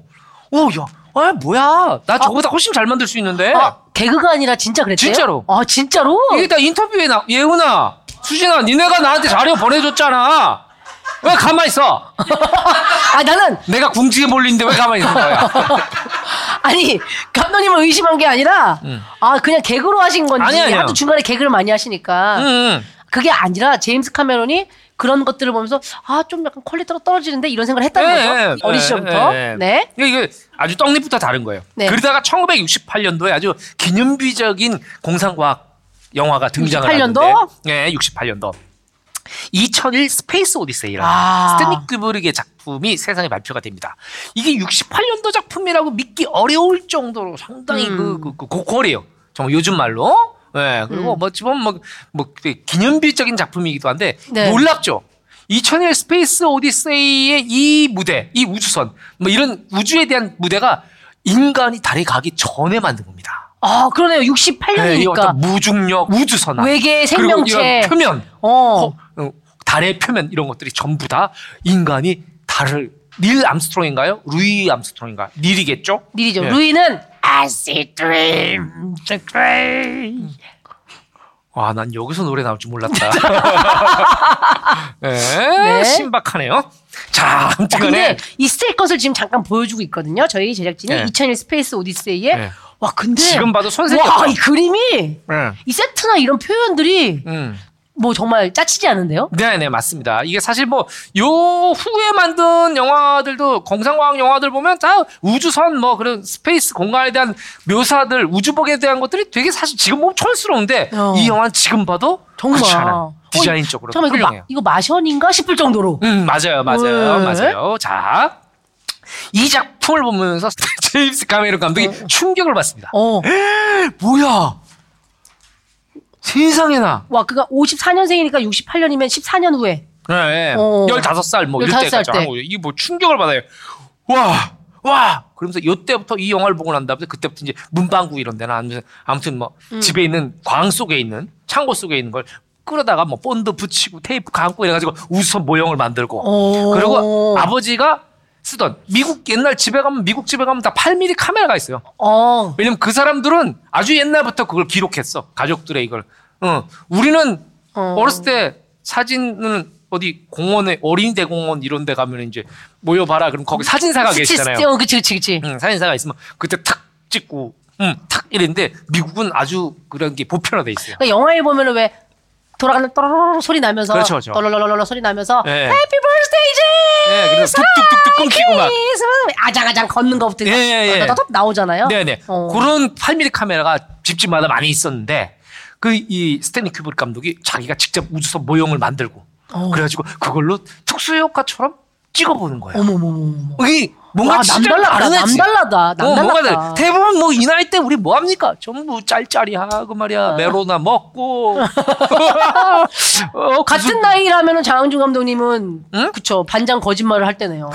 S2: 오야 아 뭐야 나 저거보다 훨씬 잘 만들 수 있는데
S1: 아, 개그가 아니라 진짜 그랬대요?
S2: 진짜로.
S1: 아, 진짜로?
S2: 이게 다 인터뷰에 나 예은아 수진아 니네가 나한테 자료 보내줬잖아 왜 가만히 있어
S1: 아, 나는
S2: 내가 궁지에 몰리는데 왜 가만히 있는 거야
S1: 아니 감독님을 의심한 게 아니라 아 그냥 개그로 하신 건지
S2: 아니, 아니요.
S1: 하도 중간에 개그를 많이 하시니까
S2: 응, 응.
S1: 그게 아니라 제임스 카메론이 그런 것들을 보면서 아 좀 약간 퀄리티가 떨어지는데 이런 생각을 했다는
S2: 예,
S1: 거죠 어린
S2: 예,
S1: 시절부터
S2: 예, 예.
S1: 네
S2: 이게- 이게 아주 떡잎부터 다른 거예요.
S1: 네.
S2: 그러다가 1968년도에 아주 기념비적인 공상과학 영화가 등장을
S1: 68년도?
S2: 하는데 네, 68년도. 2001 스페이스 오디세이라는
S1: 아.
S2: 스탠리 큐브릭의 작품이 세상에 발표가 됩니다. 이게 68년도 작품이라고 믿기 어려울 정도로 상당히
S1: 음.
S2: 그, 그, 그 고퀄이에요. 정말 요즘 말로. 네, 그리고
S1: 음.
S2: 뭐 지금 뭐, 뭐 기념비적인 작품이기도 한데
S1: 네.
S2: 놀랍죠. 2001 스페이스 오디세이의 이 무대, 이 우주선, 뭐 이런 우주에 대한 무대가 인간이 달에 가기 전에 만든 겁니다. 예,
S1: 아 그러네요
S2: 이
S1: 68년이니까
S2: 어떤 무중력 우주선,
S1: 외계의 생명체.
S2: 그리고 이런 표면,
S1: 어
S2: 어, 어, 달의 표면 이런 것들이 전부 다 인간이 달을 닐 암스트롱인가요? 루이 암스트롱인가? 닐이겠죠?
S1: 니리죠
S2: 예.
S1: 루이는 I see dream the dream
S2: 와, 난 여기서 노래 나올 줄 몰랐다. 네, 신박하네요. 자,
S1: 자,
S2: 아무튼간에
S1: 근데 이 스테이컷을 지금 잠깐 보여주고 있거든요 저희 제작진이
S2: 예.
S1: 2001 스페이스 오디세이에
S2: 예.
S1: 와 근데
S2: 지금 봐도 손색이없죠 네.
S1: 와이 그림이 이 세트나 이런 표현들이
S2: 음.
S1: 뭐 정말 짜치지 않은데요?
S2: 네, 네, 맞습니다. 이게 사실 뭐, 요 후에 만든 영화들도, 공상과학 영화들 보면 다 우주선 뭐 그런 스페이스 공간에 대한 묘사들, 우주복에 대한 것들이 되게 사실 지금 보면 촌스러운데,
S1: 어.
S2: 이 영화는 지금 봐도
S1: 정말. 어,
S2: 그렇지 않아요. 디자인적으로.
S1: 잠깐만 이거, 마,
S2: 훌륭해요.
S1: 이거 그 마션인가 싶을 정도로
S2: 음, 맞아요, 맞아요,
S1: 네.
S2: 맞아요. 자. 이 작품을 보면서
S1: 어.
S2: 제임스 카메론 감독이 충격을 받습니다.
S1: 어
S2: 뭐야? 세상에나.
S1: 와, 그가 54년생이니까 68년이면 14년 후에.
S2: 네.
S1: 어.
S2: 15살 뭐
S1: 15살
S2: 이때까지
S1: 때.
S2: 하고 이게 뭐 충격을 받아요. 와! 와! 그러면서 이때부터 이 영화를 보고 난 다음에 그때부터 이제 문방구 이런 데나 아니면 아무튼 뭐
S1: 음.
S2: 집에 있는 광 속에 있는 창고 속에 있는 걸 끌어다가 뭐 본드 붙이고 테이프 감고 이래 가지고 우선 모형을 만들고
S1: 오.
S2: 그리고 아버지가 쓰던 미국 옛날 집에 가면 미국 집에 가면 다 8mm 카메라가 있어요.
S1: 어.
S2: 왜냐면 그 사람들은 아주 옛날부터 그걸 기록했어. 가족들의 이걸. 어. 우리는
S1: 어.
S2: 어. 렸을때 사진은 어디 공원에 어린이 대공원 이런 데 가면 이제 모여봐라. 그럼 거기 사진사가
S1: 스치-
S2: 계시잖아요.
S1: 어, 그치, 그치, 그치.
S2: 응, 사진사가 있으면 그때 탁 찍고 응, 탁 이랬는데 미국은 아주 그런 게 보편화돼 있어요.
S1: 그러니까 영화에 보면은 왜 돌아가는 또로로로 소리 나면서
S2: 그렇죠, 그렇죠.
S1: 또로로로로 소리 나면서
S2: 네.
S1: Happy Birthday Jay!
S2: 네, 그래서 뚝뚝뚝뚝 끊기고 막.
S1: Christmas! 아장아장 걷는 것부터
S2: 예, 예, 예.
S1: 떠떠떠 나오잖아요.
S2: 네네.
S1: 어.
S2: 그런 8mm 카메라가 집집마다 많이 있었는데 그 이 스탠리 큐브릭 감독이 자기가 직접 우주선 모형을 만들고
S1: 어.
S2: 그래가지고 그걸로 특수 효과처럼 찍어보는 거예요.
S1: 어머머머머.
S2: 이게 뭔가
S1: 와,
S2: 진짜
S1: 아, 남달라,
S2: 다른 애지.
S1: 남달라다,
S2: 어, 뭔가
S1: 남달랐다.
S2: 다른- 대부분 뭐 이 나이 때 우리 뭐 합니까? 전부 짤짤이 하고 말이야.
S1: 네.
S2: 메로나 먹고. 어,
S1: 같은
S2: 무슨-
S1: 나이라면은 장항준 감독님은
S2: 응?
S1: 그쵸 반장 거짓말을 할 때네요.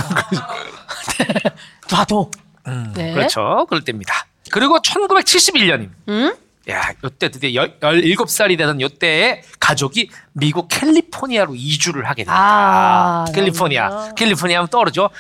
S1: 봐도. 네.
S2: 그렇죠. 그럴 때입니다. 그리고 1971년입니다.
S1: 응?
S2: 야, 이때 드디어 열- 17살이 되던 이때에 가족이 미국 캘리포니아로 이주를 하게 됩니다.
S1: 아,
S2: 캘리포니아.
S1: 그렇군요.
S2: 캘리포니아 하면 떠오르죠.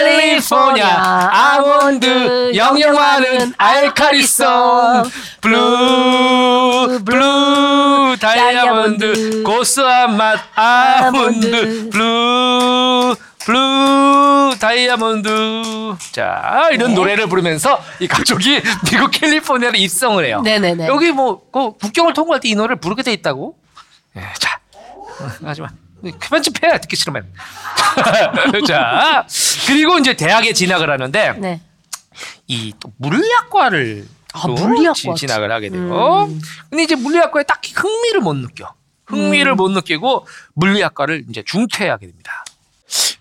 S2: 캘리포니아 아몬드 영영 많은 알카리성 블루 블루 다이아몬드 고소한 맛 아몬드 블루 블루 다이아몬드 자 이런
S1: 네.
S2: 노래를 부르면서 이 가족이 미국 캘리포니아로 입성을 해요.
S1: 네네네.
S2: 여기 뭐 그 국경을 통과할 때 이 노래를 부르게 돼 있다고. 예, 자 하지만 편집해야 듣기 싫으면. 자 그리고 이제 대학에 진학을 하는데
S1: 네.
S2: 이 또 물리학과를
S1: 아,
S2: 또
S1: 물리학과. 음.
S2: 지- 진학을 하게 돼요. 근데 이제 물리학과에 딱히 흥미를 못 느껴. 흥미를
S1: 음.
S2: 못 느끼고 물리학과를 이제 중퇴하게 됩니다.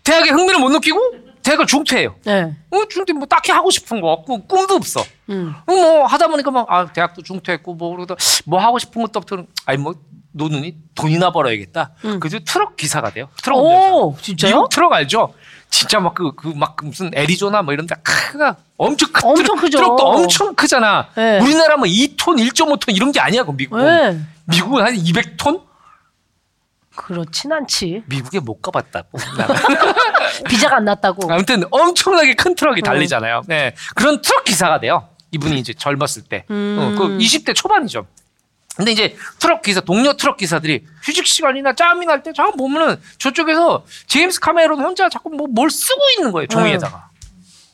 S2: 대학에 흥미를 못 느끼고 대학을 중퇴해요.
S1: 네.
S2: 어, 중퇴 뭐 딱히 하고 싶은 거 없고 꿈도 없어.
S1: 음.
S2: 어, 뭐 하다 보니까 막 아, 대학도 중퇴했고 뭐 그러다 뭐 하고 싶은 것도 없더니 아니 뭐 노는이 돈이나 벌어야겠다. 그래서 트럭 기사가 돼요. 트럭 운전사.
S1: 음. 오 진짜요?
S2: 어, 미국 트럭 알죠? 진짜 막 그 그 막 무슨 애리조나 뭐 이런 데 크가 엄청 큰
S1: 엄청
S2: 트럭,
S1: 크죠.
S2: 트럭도 엄청 크잖아.
S1: 네.
S2: 우리나라 뭐 2톤, 1.5톤 이런 게 아니야, 그 미국은.
S1: 네.
S2: 미국은 한 200톤?
S1: 그렇진 않지.
S2: 미국에 못 가봤다고. 나는.
S1: 비자가 안 났다고.
S2: 아무튼 엄청나게 큰 트럭이
S1: 음.
S2: 달리잖아요. 네. 그런 트럭 기사가 돼요. 이분이 이제 젊었을 때.
S1: 음.
S2: 어, 그 20대 초반이죠. 근데 이제 트럭 기사, 동료 트럭 기사들이 휴식 시간이나 짬이 날 때 자꾸 보면은 저쪽에서 제임스 카메론 혼자 자꾸 뭐 뭘 쓰고 있는 거예요. 종이에다가.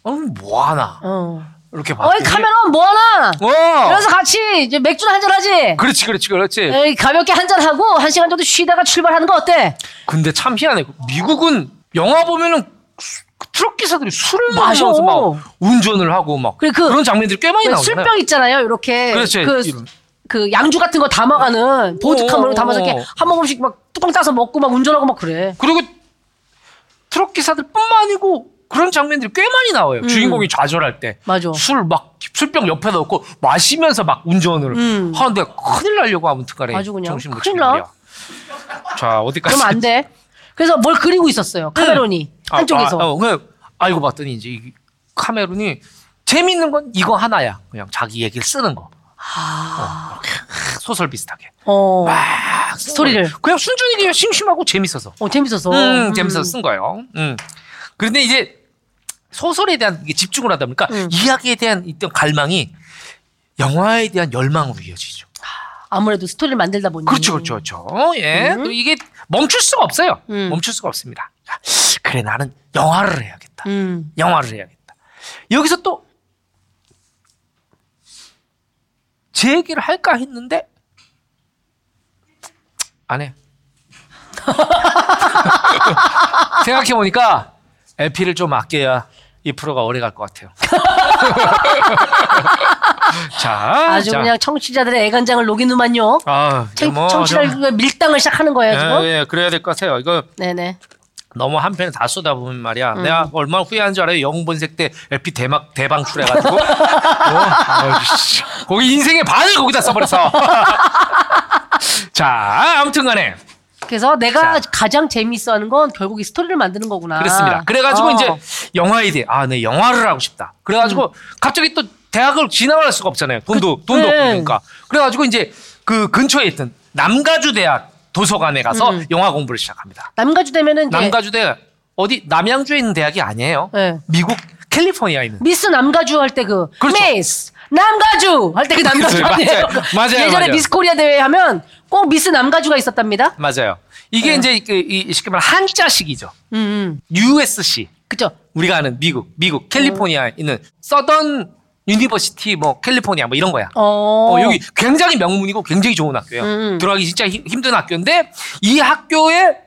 S2: 어, 뭐 하나.
S1: 어.
S2: 이렇게 봐.
S1: 음. 어이 카메론 뭐하나?
S2: 아, 어!
S1: 그래서 네. 같이 이제 맥주나 한잔 하지.
S2: 그렇지, 그렇지, 그렇지.
S1: 에이, 가볍게 한잔 하고 한 시간 정도 쉬다가 출발하는 거 어때?
S2: 근데 참 희한해. 미국은 영화 보면은 수- 트럭 기사들이 술을
S1: 맞아.
S2: 마셔서 막 운전을 하고 막
S1: 그래, 그-
S2: 런 장면들이 꽤 많이
S1: 왜
S2: 나오잖아요.
S1: 술병 있잖아요. 이렇게
S2: 그렇지.
S1: 그,
S2: 이런.
S1: 그 양주 같은 거 담아가는 보드카 뭐 이런 거 담아서 이렇게
S2: 어.
S1: 한 모금씩 막 뚜껑 따서 먹고 막 운전하고 막 그래.
S2: 그리고 트럭 기사들뿐만 아니고 그런 장면들이 꽤 많이 나와요. 주인공이 좌절할 때.
S1: 음. 맞아.
S2: 술 막 술병 옆에다 놓고 마시면서 막 운전을
S1: 음.
S2: 하는데 큰일 나려고 아무튼 간에
S1: 아주 그냥
S2: 정신 못
S1: 큰일
S2: 차리고
S1: 나.
S2: 그래요. 자, 어디까지?
S1: 그러면 안 돼. 그래서 뭘 그리고 있었어요. 카메론이
S2: 아,
S1: 한쪽에서.
S2: 아, 어, 그냥 알고 봤더니 이제 이 카메론이 재밌는 건 이거 하나야. 그냥 자기 얘기를 쓰는 거.
S1: 아.
S2: 어, 이렇게 소설 비슷하게.
S1: 어.
S2: 막 쓰는
S1: 스토리를.
S2: 거예요. 그냥 순전히 그냥 심심하고 재밌어서.
S1: 어, 재밌었어.
S2: 음, 재밌어서 쓴 거예요. 음. 그런데 이제 소설에 대한 이게 집중을 하다 보니까 이야기에 대한 있던 갈망이 영화에 대한 열망으로 이어지죠.
S1: 아무래도 스토리를 만들다 보니.
S2: 그렇죠, 그렇죠, 그렇죠. 음. 어, 예, 또 이게 멈출 수가 없어요. 멈출 수가 없습니다. 야, 그래 나는 영화를 해야겠다.
S1: 음.
S2: 영화를 해야겠다. 여기서 또 제 얘기를 할까 했는데 안 해. 생각해 보니까 LP를 좀 아껴야 이 프로가 오래 갈 것 같아요. 자,
S1: 아주
S2: 자.
S1: 그냥 청취자들의 애간장을 녹이누만요.
S2: 아, 이거
S1: 청,
S2: 뭐
S1: 청취자들
S2: 좀-
S1: 밀당을 시작하는 거예요, 지금.
S2: 예, 예, 그래야 될 것 같아요. 이거
S1: 네네.
S2: 너무 한편에 다 쏟아보면 말이야.
S1: 음.
S2: 내가 얼마나 후회한 줄 알아요. 영본색 때 LP 대막 어, 대방출해가지고 어? 아이씨. 거기 인생의 반을 거기다 써버렸어. 자, 아무튼간에
S1: 그래서 내가
S2: 자.
S1: 가장 재밌어하는 건 결국 이 스토리를 만드는 거구나.
S2: 그렇습니다. 그래가지고
S1: 어.
S2: 이제 영화 아이디, 아, 내 영화를 하고 싶다. 그래가지고 갑자기 또 대학을 지나갈 수가 없잖아요. 돈도 돈도
S1: 음. 네.
S2: 없으니까. 그래가지고 이제 그 근처에 있던 남가주 대학 도서관에 가서
S1: 음.
S2: 영화 공부를 시작합니다.
S1: 남가주 되면은 이제
S2: 남가주 대학 어디 남양주에 있는 대학이 아니에요.
S1: 네.
S2: 미국 캘리포니아에 있는.
S1: 미스 남가주 할 때 그
S2: 그렇죠.
S1: 미스 남가주 할 때 그 남가주
S2: 맞아요.
S1: 아니에요?
S2: 맞아요,
S1: 예전에
S2: 맞아요.
S1: 미스 코리아 대회 하면 꼭 미스 남가주가 있었답니다.
S2: 맞아요.
S1: 네.
S2: 이게 이제 그, 이 쉽게 말하면 한자식이죠.
S1: 음, 음.
S2: USC.
S1: 그죠.
S2: 우리가 아는 미국, 미국
S1: 음.
S2: 캘리포니아에 있는 서던 유니버시티 뭐 캘리포니아 뭐 이런 거야.
S1: 어.
S2: 어, 여기 굉장히 명문이고 굉장히 좋은 학교예요.
S1: 음.
S2: 들어가기 진짜 힘- 힘든 학교인데 이 학교의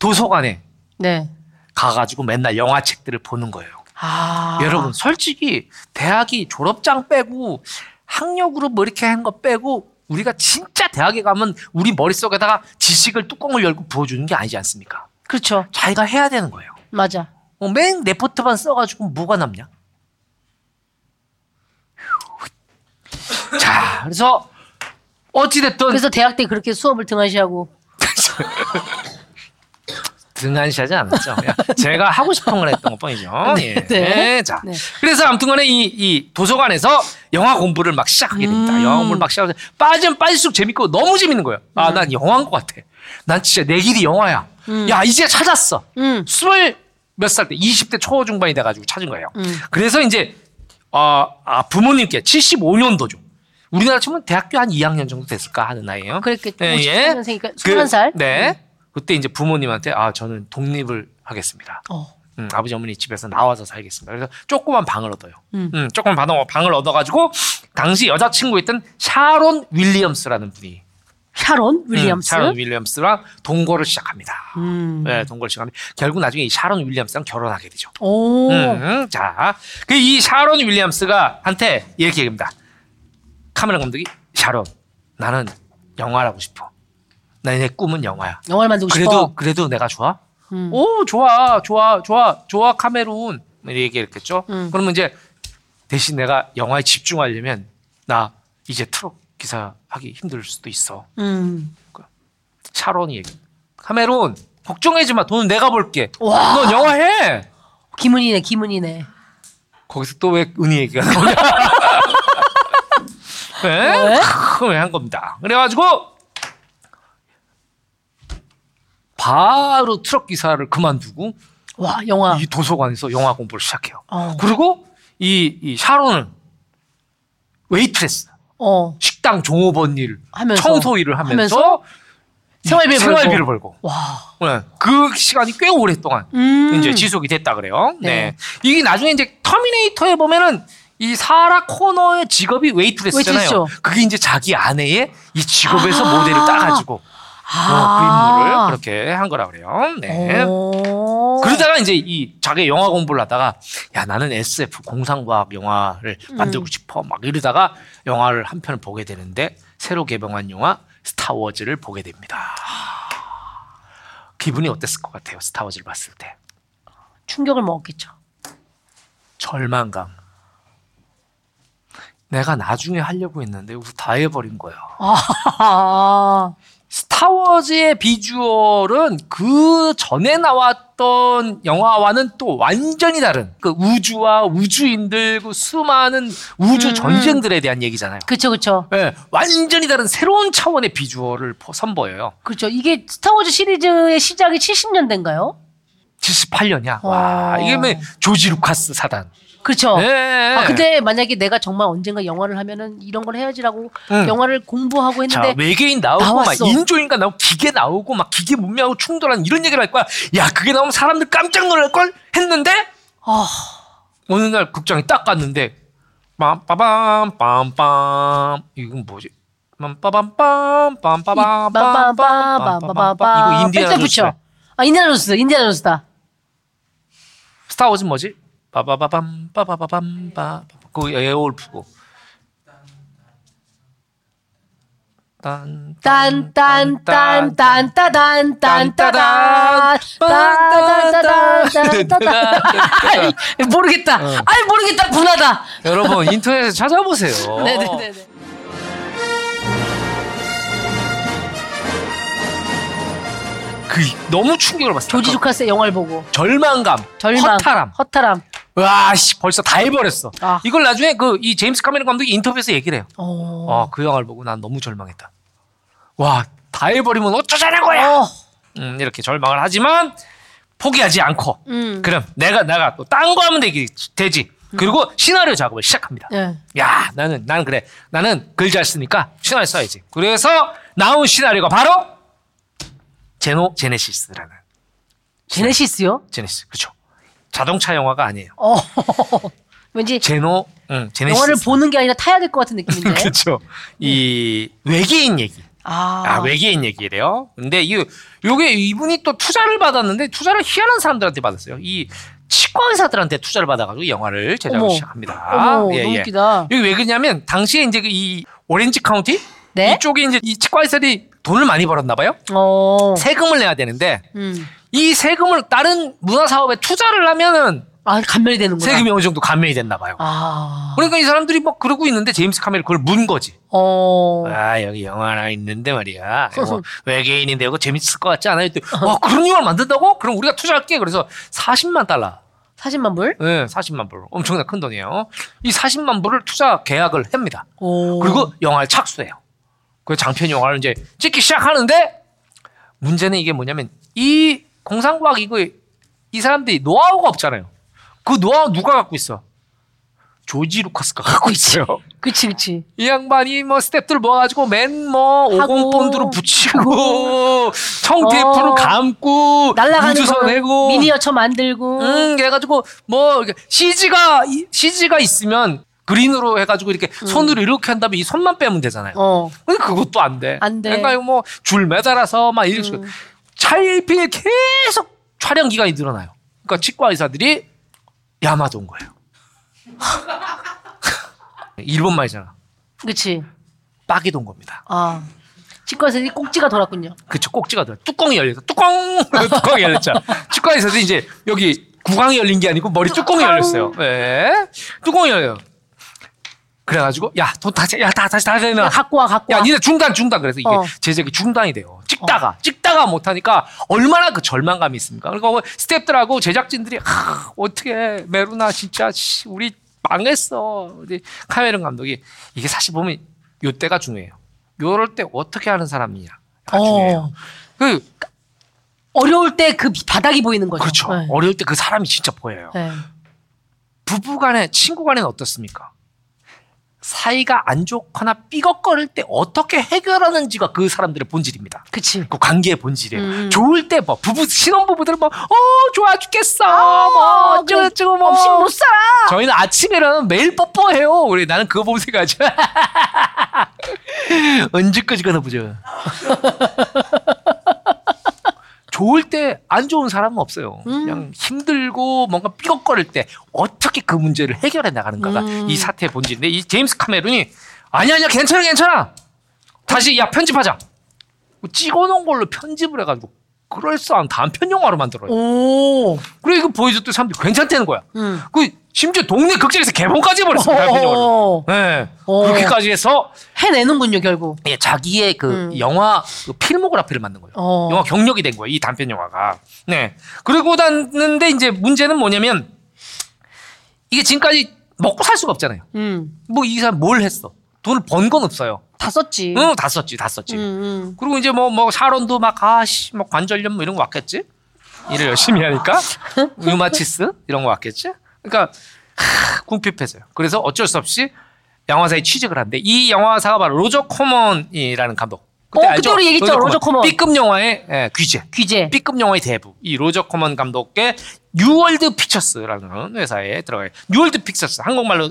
S2: 도서관에
S1: 네.
S2: 가가지고 맨날 영화책들을 보는 거예요.
S1: 아.
S2: 여러분 솔직히 대학이 졸업장 빼고 학력으로 뭐 이렇게 한 거 빼고 우리가 진짜 대학에 가면 우리 머릿속에다가 지식을 뚜껑을 열고 부어주는 게 아니지 않습니까?
S1: 그렇죠.
S2: 자기가 해야 되는 거예요.
S1: 맞아.
S2: 어, 맨 레포트만 써가지고 뭐가 남냐? 자, 그래서 어찌됐든
S1: 그래서 대학 때 그렇게 수업을 등한시하고
S2: 등한시하지 않았죠. 그냥 제가 하고 싶은 걸 했던 것뿐이죠. 예.
S1: 네, 네.
S2: 자,
S1: 네.
S2: 그래서 아무튼간에 이, 이 도서관에서 영화 공부를 막 시작하게 됩니다.
S1: 음.
S2: 영화 공부를 막 시작하게 빠지면 빠질수록 재밌고 너무 재밌는 거예요.
S1: 음.
S2: 아, 난 영화인 것 같아. 난 진짜 내 길이 영화야. 야, 이제 찾았어.
S1: 음.
S2: 스물 몇 살 때, 20대 초 중반이 돼가지고 찾은 거예요.
S1: 음.
S2: 그래서 이제 아, 아, 부모님께 75년도죠. 우리나라 치면 대학교 한 2학년 정도 됐을까 하는 나이에요.
S1: 그랬겠죠.
S2: 예, 예.
S1: 57 년생이니까 21살?
S2: 그, 네. 그때 이제 부모님한테 아 저는 독립을 하겠습니다.
S1: 어.
S2: 음, 아버지 어머니 집에서 나와서 살겠습니다. 그래서 조그만 방을 얻어요. 음. 조그만 방- 방을 얻어가지고 당시 여자친구였던 샤론 윌리엄스라는 분이
S1: 샤론 윌리엄스.
S2: 음, 샤론 윌리엄스랑 동거를 시작합니다.
S1: 음.
S2: 네, 동거를 시작합니다. 결국 나중에 이 샤론 윌리엄스랑 결혼하게 되죠.
S1: 오.
S2: 음, 자, 그 이 샤론 윌리엄스가 한테 이렇게 얘기합니다. 카메라 감독이 샤론, 나는 영화를 하고 싶어. 나의 꿈은 영화야.
S1: 영화를 만들고
S2: 그래도
S1: 싶어. 음.
S2: 그래도 내가 좋아? 오 좋아 좋아 좋아 좋아 카메룬 이렇게 얘기했겠죠.
S1: 음.
S2: 그러면 이제 대신 내가 영화에 집중하려면 나 이제 트럭 기사 하기 힘들 수도 있어.
S1: 음.
S2: 샤론이 얘기. 카메룬 걱정하지 마. 돈은 내가 벌게.
S1: 와.
S2: 넌 영화 해.
S1: 기문이네, 기문이네.
S2: 거기서 또 왜 은희 얘기가 나오냐? 네? 그한 겁니다. 그래가지고 바로 트럭 기사를 그만두고
S1: 와, 영화.
S2: 이 도서관에서 영화 공부를 시작해요.
S1: 어.
S2: 그리고 이, 이 샤론은 웨이트레스,
S1: 어.
S2: 식당 종업원 일,
S1: 하면서.
S2: 청소 일을 하면서,
S1: 하면서 생활비를
S2: 이
S1: 벌고.
S2: 생활비를 벌고.
S1: 와.
S2: 네. 그 시간이 꽤 오랫동안
S1: 음.
S2: 이제 지속이 됐다 그래요. 네.
S1: 네.
S2: 이게 나중에 이제 터미네이터에 보면은 이 사라 코너의 직업이 웨이트레스잖아요.
S1: 웨이트레스죠.
S2: 그게 이제 자기 아내의 이 직업에서
S1: 아.
S2: 모델을 따가지고 어, 그
S1: 아. 어.
S2: 임무를 그렇게 한 거라 그래요. 네.
S1: 오.
S2: 그러다가 이제 이 자기 영화 공부를 하다가 야 나는 SF 공상과학 영화를 만들고 싶어 막 이러다가 영화를 한 편을 보게 되는데 새로 개봉한 영화 스타워즈를 보게 됩니다. 기분이 어땠을 것 같아요? 스타워즈를 봤을 때
S1: 충격을 먹었겠죠.
S2: 절망감. 내가 나중에 하려고 했는데 우다 해버린 거야.
S1: 아.
S2: 스타워즈의 비주얼은 그 전에 나왔던 영화와는 또 완전히 다른 그 우주와 우주인들 그 수많은 우주
S1: 음.
S2: 전쟁들에 대한 얘기잖아요.
S1: 그쵸, 그쵸.
S2: 예, 완전히 다른 새로운 차원의 비주얼을 포- 선보여요.
S1: 그렇죠. 이게 스타워즈 시리즈의 시작이 70년대인가요?
S2: 78년이야. 와,
S1: 와.
S2: 이게 뭐 조지 루카스 사단.
S1: 그렇죠.
S2: 예.
S1: 아, 근데 만약에 내가 정말 언젠가 영화를 하면은 이런 걸 해야지라고
S2: 응.
S1: 영화를 공부하고
S2: 자,
S1: 했는데
S2: 외계인 나오고
S1: 나왔어.
S2: 막 인조인간 나오고 기계 나오고 막 기계 문명하고 충돌하는 이런 얘기를 할 거야. 야, 그게 나오면 사람들 깜짝 놀랄 걸 했는데
S1: 아,
S2: 어느 날 극장에 딱 갔는데 빰빠밤 빰빰 이건 뭐지? 빰빠밤 빰빰 빰빰 빰빰 빰빰
S1: 빠바바바바바바
S2: 이거 인디아나
S1: 백작
S2: 존스
S1: 붙여. 아, 인디아나 존스, 인디아나 존스다.
S2: 스타워즈 뭐지? 빠바바밤 빠바바밤 빠그 에어올프고 딴
S1: 딴딴딴딴따단딴따단 딴따단따단따단 아이, 모르겠다.
S2: 어.
S1: 아이 모르겠다. 네, 분하다.
S2: 여러분 인터넷에 찾아보세요.
S1: 네네네.
S2: 그 너무 충격을 받았어.
S1: 조지 주카스 영화를 보고
S2: 절망감,
S1: 절망,
S2: 허탈함.
S1: 허탈함.
S2: 와, 씨, 벌써 다 해버렸어.
S1: 아.
S2: 이걸 나중에 그 이 제임스 카메론 감독이 인터뷰에서 얘기를 해요.
S1: 어.
S2: 어, 그 영화를 보고 난 너무 절망했다. 와, 다 해버리면 어쩌자는 거야.
S1: 어.
S2: 음, 이렇게 절망을 하지만 포기하지 않고
S1: 음.
S2: 그럼 내가 내가 또 딴 거 하면 되기, 되지. 그리고 시나리오 작업을 시작합니다.
S1: 예.
S2: 야, 나는 나는 그래. 나는 글 잘 쓰니까 시나리오 써야지. 그래서 나온 시나리오가 바로 제노 제네시스라는
S1: 제네시스요?
S2: 제네시스. 그렇죠. 자동차 영화가 아니에요.
S1: 어. 왠지
S2: 제노 음, 제네시스.
S1: 영화를 보는 게 아니라 타야 될 것 같은 느낌인데. 네.
S2: 그렇죠. 이 외계인 얘기.
S1: 아.
S2: 아, 외계인 얘기래요. 근데 이 요게 이분이 또 투자를 받았는데 투자를 희한한 사람들한테 받았어요. 이 치과 의사들한테 투자를 받아가지고 이 영화를 제작을
S1: 어머.
S2: 시작합니다.
S1: 어머, 너무 웃기다.
S2: 여기 왜 그러냐면 당시에 이제 그이 오렌지 카운티
S1: 네?
S2: 이쪽에 이제 이 치과 의사들이 돈을 많이 벌었나 봐요.
S1: 어.
S2: 세금을 내야 되는데
S1: 음.
S2: 이 세금을 다른 문화 사업에 투자를 하면은
S1: 아 간멸이 되는구나.
S2: 세금이 어느 정도 감면이 됐나 봐요.
S1: 아.
S2: 그러니까 이 사람들이 막 그러고 있는데 제임스 카메이 그걸 문 거지.
S1: 어.
S2: 아 여기 영화 하나 있는데 말이야 이거 외계인이 되고 재밌을 것 같지 않아요? 또, 와 그런 영화를 만든다고? 그럼 우리가 투자할게 그래서 40만 달러
S1: 사진만 불?
S2: 예, 40만 불 엄청난 큰 돈이에요 이 40만 불을 투자 계약을 합니다
S1: 오.
S2: 그리고 영화를 착수해요 그 장편 영화를 이제 찍기 시작하는데 문제는 이게 뭐냐면 이 공상과학 이거 이 사람들이 노하우가 없잖아요 그 노하우 누가 갖고 있어? 조지 루카스가 갖고 있어요
S1: 그치 그치.
S2: 이 양반이 뭐 스텝들 모아가지고 맨 뭐
S1: 하고.
S2: 오공 본드로 붙이고 청테이프로
S1: 어.
S2: 감고
S1: 날라가는
S2: 우주선
S1: 거
S2: 내고
S1: 미니어처 만들고.
S2: 음 그래가지고 뭐 CG가 CG가 있으면 그린으로 해가지고 이렇게 손으로 이렇게 한 다음에 이 손만 빼면 되잖아요.
S1: 어.
S2: 근데 그것도 안 돼.
S1: 안 돼. 음.
S2: 그러니까 뭐 줄 매달아서 막 이렇게 차일피일 계속 촬영 기간이 늘어나요. 그러니까 치과 의사들이 야마도 온 거예요. 일본 말이잖아.
S1: 그치.
S2: 빡이 돈 겁니다.
S1: 아. 치과에서 이 꼭지가 돌았군요.
S2: 그쵸 꼭지가 들어 뚜껑이 열렸어 뚜껑 뚜껑이 열렸죠 치과에서도 이제 여기 구강이 열린 게 아니고 머리 뚜껑이 열렸어요 예 뚜껑이 열려요 그래가지고 야 돈 다시 야 다, 다시 다 되나
S1: 야, 갖고 와 갖고
S2: 야
S1: 와.
S2: 니네 중단 중단 그래서 이게
S1: 어.
S2: 제작이 중단이 돼요 찍다가 찍다가 못하니까 얼마나 그 절망감이 있습니까 그리고 뭐 스태프들하고 제작진들이 아 어떻게 메루나 진짜 씨, 우리 망했어 우리 카메론 감독이 이게 사실 보면 요때가 중요해요 요럴 때 어떻게 하는 사람이냐 가 중요해요
S1: 어.
S2: 그
S1: 어려울 때 그 바닥이 보이는 거죠.
S2: 그렇죠.
S1: 네.
S2: 어릴 때 그 사람이 진짜 보여요.
S1: 네.
S2: 부부간에 친구간에는 어떻습니까? 사이가 안 좋거나 삐걱거릴 때 어떻게 해결하는지가 그 사람들의 본질입니다.
S1: 그치.
S2: 그 관계의 본질이에요.
S1: 음.
S2: 좋을 때 뭐 부부 신혼 부부들 뭐 어, 좋아 죽겠어. 뭐
S1: 그
S2: 어쩌고 저쩌고 뭐
S1: 없이 못 살아.
S2: 저희는 아침에는 매일 뽀뽀해요. 우리 나는 그거 보면서 가죠. 언제까지 가나 보자. 좋을 때 안 좋은 사람은 없어요. 그냥 힘들고 뭔가 삐걱거릴 때 어떻게 그 문제를 해결해 나가는가가
S1: 음.
S2: 이 사태의 본질인데 이 제임스 카메론이 아니야 아니야 괜찮아 괜찮아 다시 야 편집하자 찍어놓은 걸로 편집을 해가지고 그럴싸한 단편 영화로 만들어요.
S1: 오.
S2: 그래 이거 보여줬더니 사람들이 괜찮다는 거야.
S1: 음.
S2: 그 심지어 동네 극장에서 개봉까지 해버렸어. 달팽이를.
S1: 어.
S2: 네.
S1: 어.
S2: 그렇게까지 해서
S1: 해내는군요 결국.
S2: 예, 자기의 그
S1: 음.
S2: 영화 그 필모그래피를 만든 거예요.
S1: 어.
S2: 영화 경력이 된 거예요. 이 단편 영화가. 네. 그러고 났는데 이제 문제는 뭐냐면 이게 지금까지 먹고 살 수가 없잖아요.
S1: 음.
S2: 뭐 이 사람 뭘 했어? 돈을 번 건 없어요.
S1: 다 썼지.
S2: 응, 다 썼지, 다 썼지.
S1: 음, 음.
S2: 그리고 이제 뭐, 뭐, 샤론도 막, 아씨, 뭐, 관절염 뭐 이런 거 왔겠지? 일을 열심히 하니까? 류마티스? 이런 거 왔겠지? 그러니까, 하, 궁핍해져요. 그래서 어쩔 수 없이 영화사에 취직을 하는데, 이 영화사가 바로 로저 코먼이라는 감독.
S1: 어, 그때 우리 얘기했죠, 로저 코먼.
S2: B급 영화의 예, 귀재.
S1: 귀재.
S2: B급 영화의 대부. 이 로저 코먼 감독의 뉴월드 픽처스라는 회사에 들어가요. 뉴월드 픽처스. 한국말로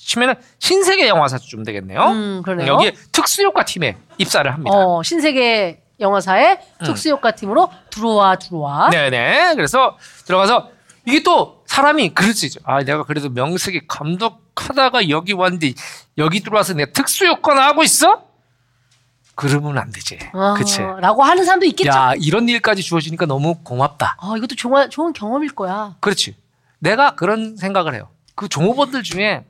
S2: 치면은 신세계 영화사쯤 되겠네요.
S1: 음, 그러네요.
S2: 여기에 특수효과 팀에 입사를 합니다.
S1: 어 신세계 영화사의 특수효과 팀으로 들어와 들어와.
S2: 네네. 그래서 들어가서 이게 또 사람이 그럴 수 있죠. 아, 내가 그래도 명색이 감독하다가 여기 왔는데 여기 들어와서 내가 특수 요건 하고 있어? 그러면 안 되지.
S1: 아,
S2: 그치.
S1: 라고 하는 사람도 있겠죠.
S2: 야, 이런 일까지 주어지니까 너무 고맙다.
S1: 아 이것도 좋은 좋은 경험일 거야.
S2: 그렇지. 내가 그런 생각을 해요. 그 종업원들 중에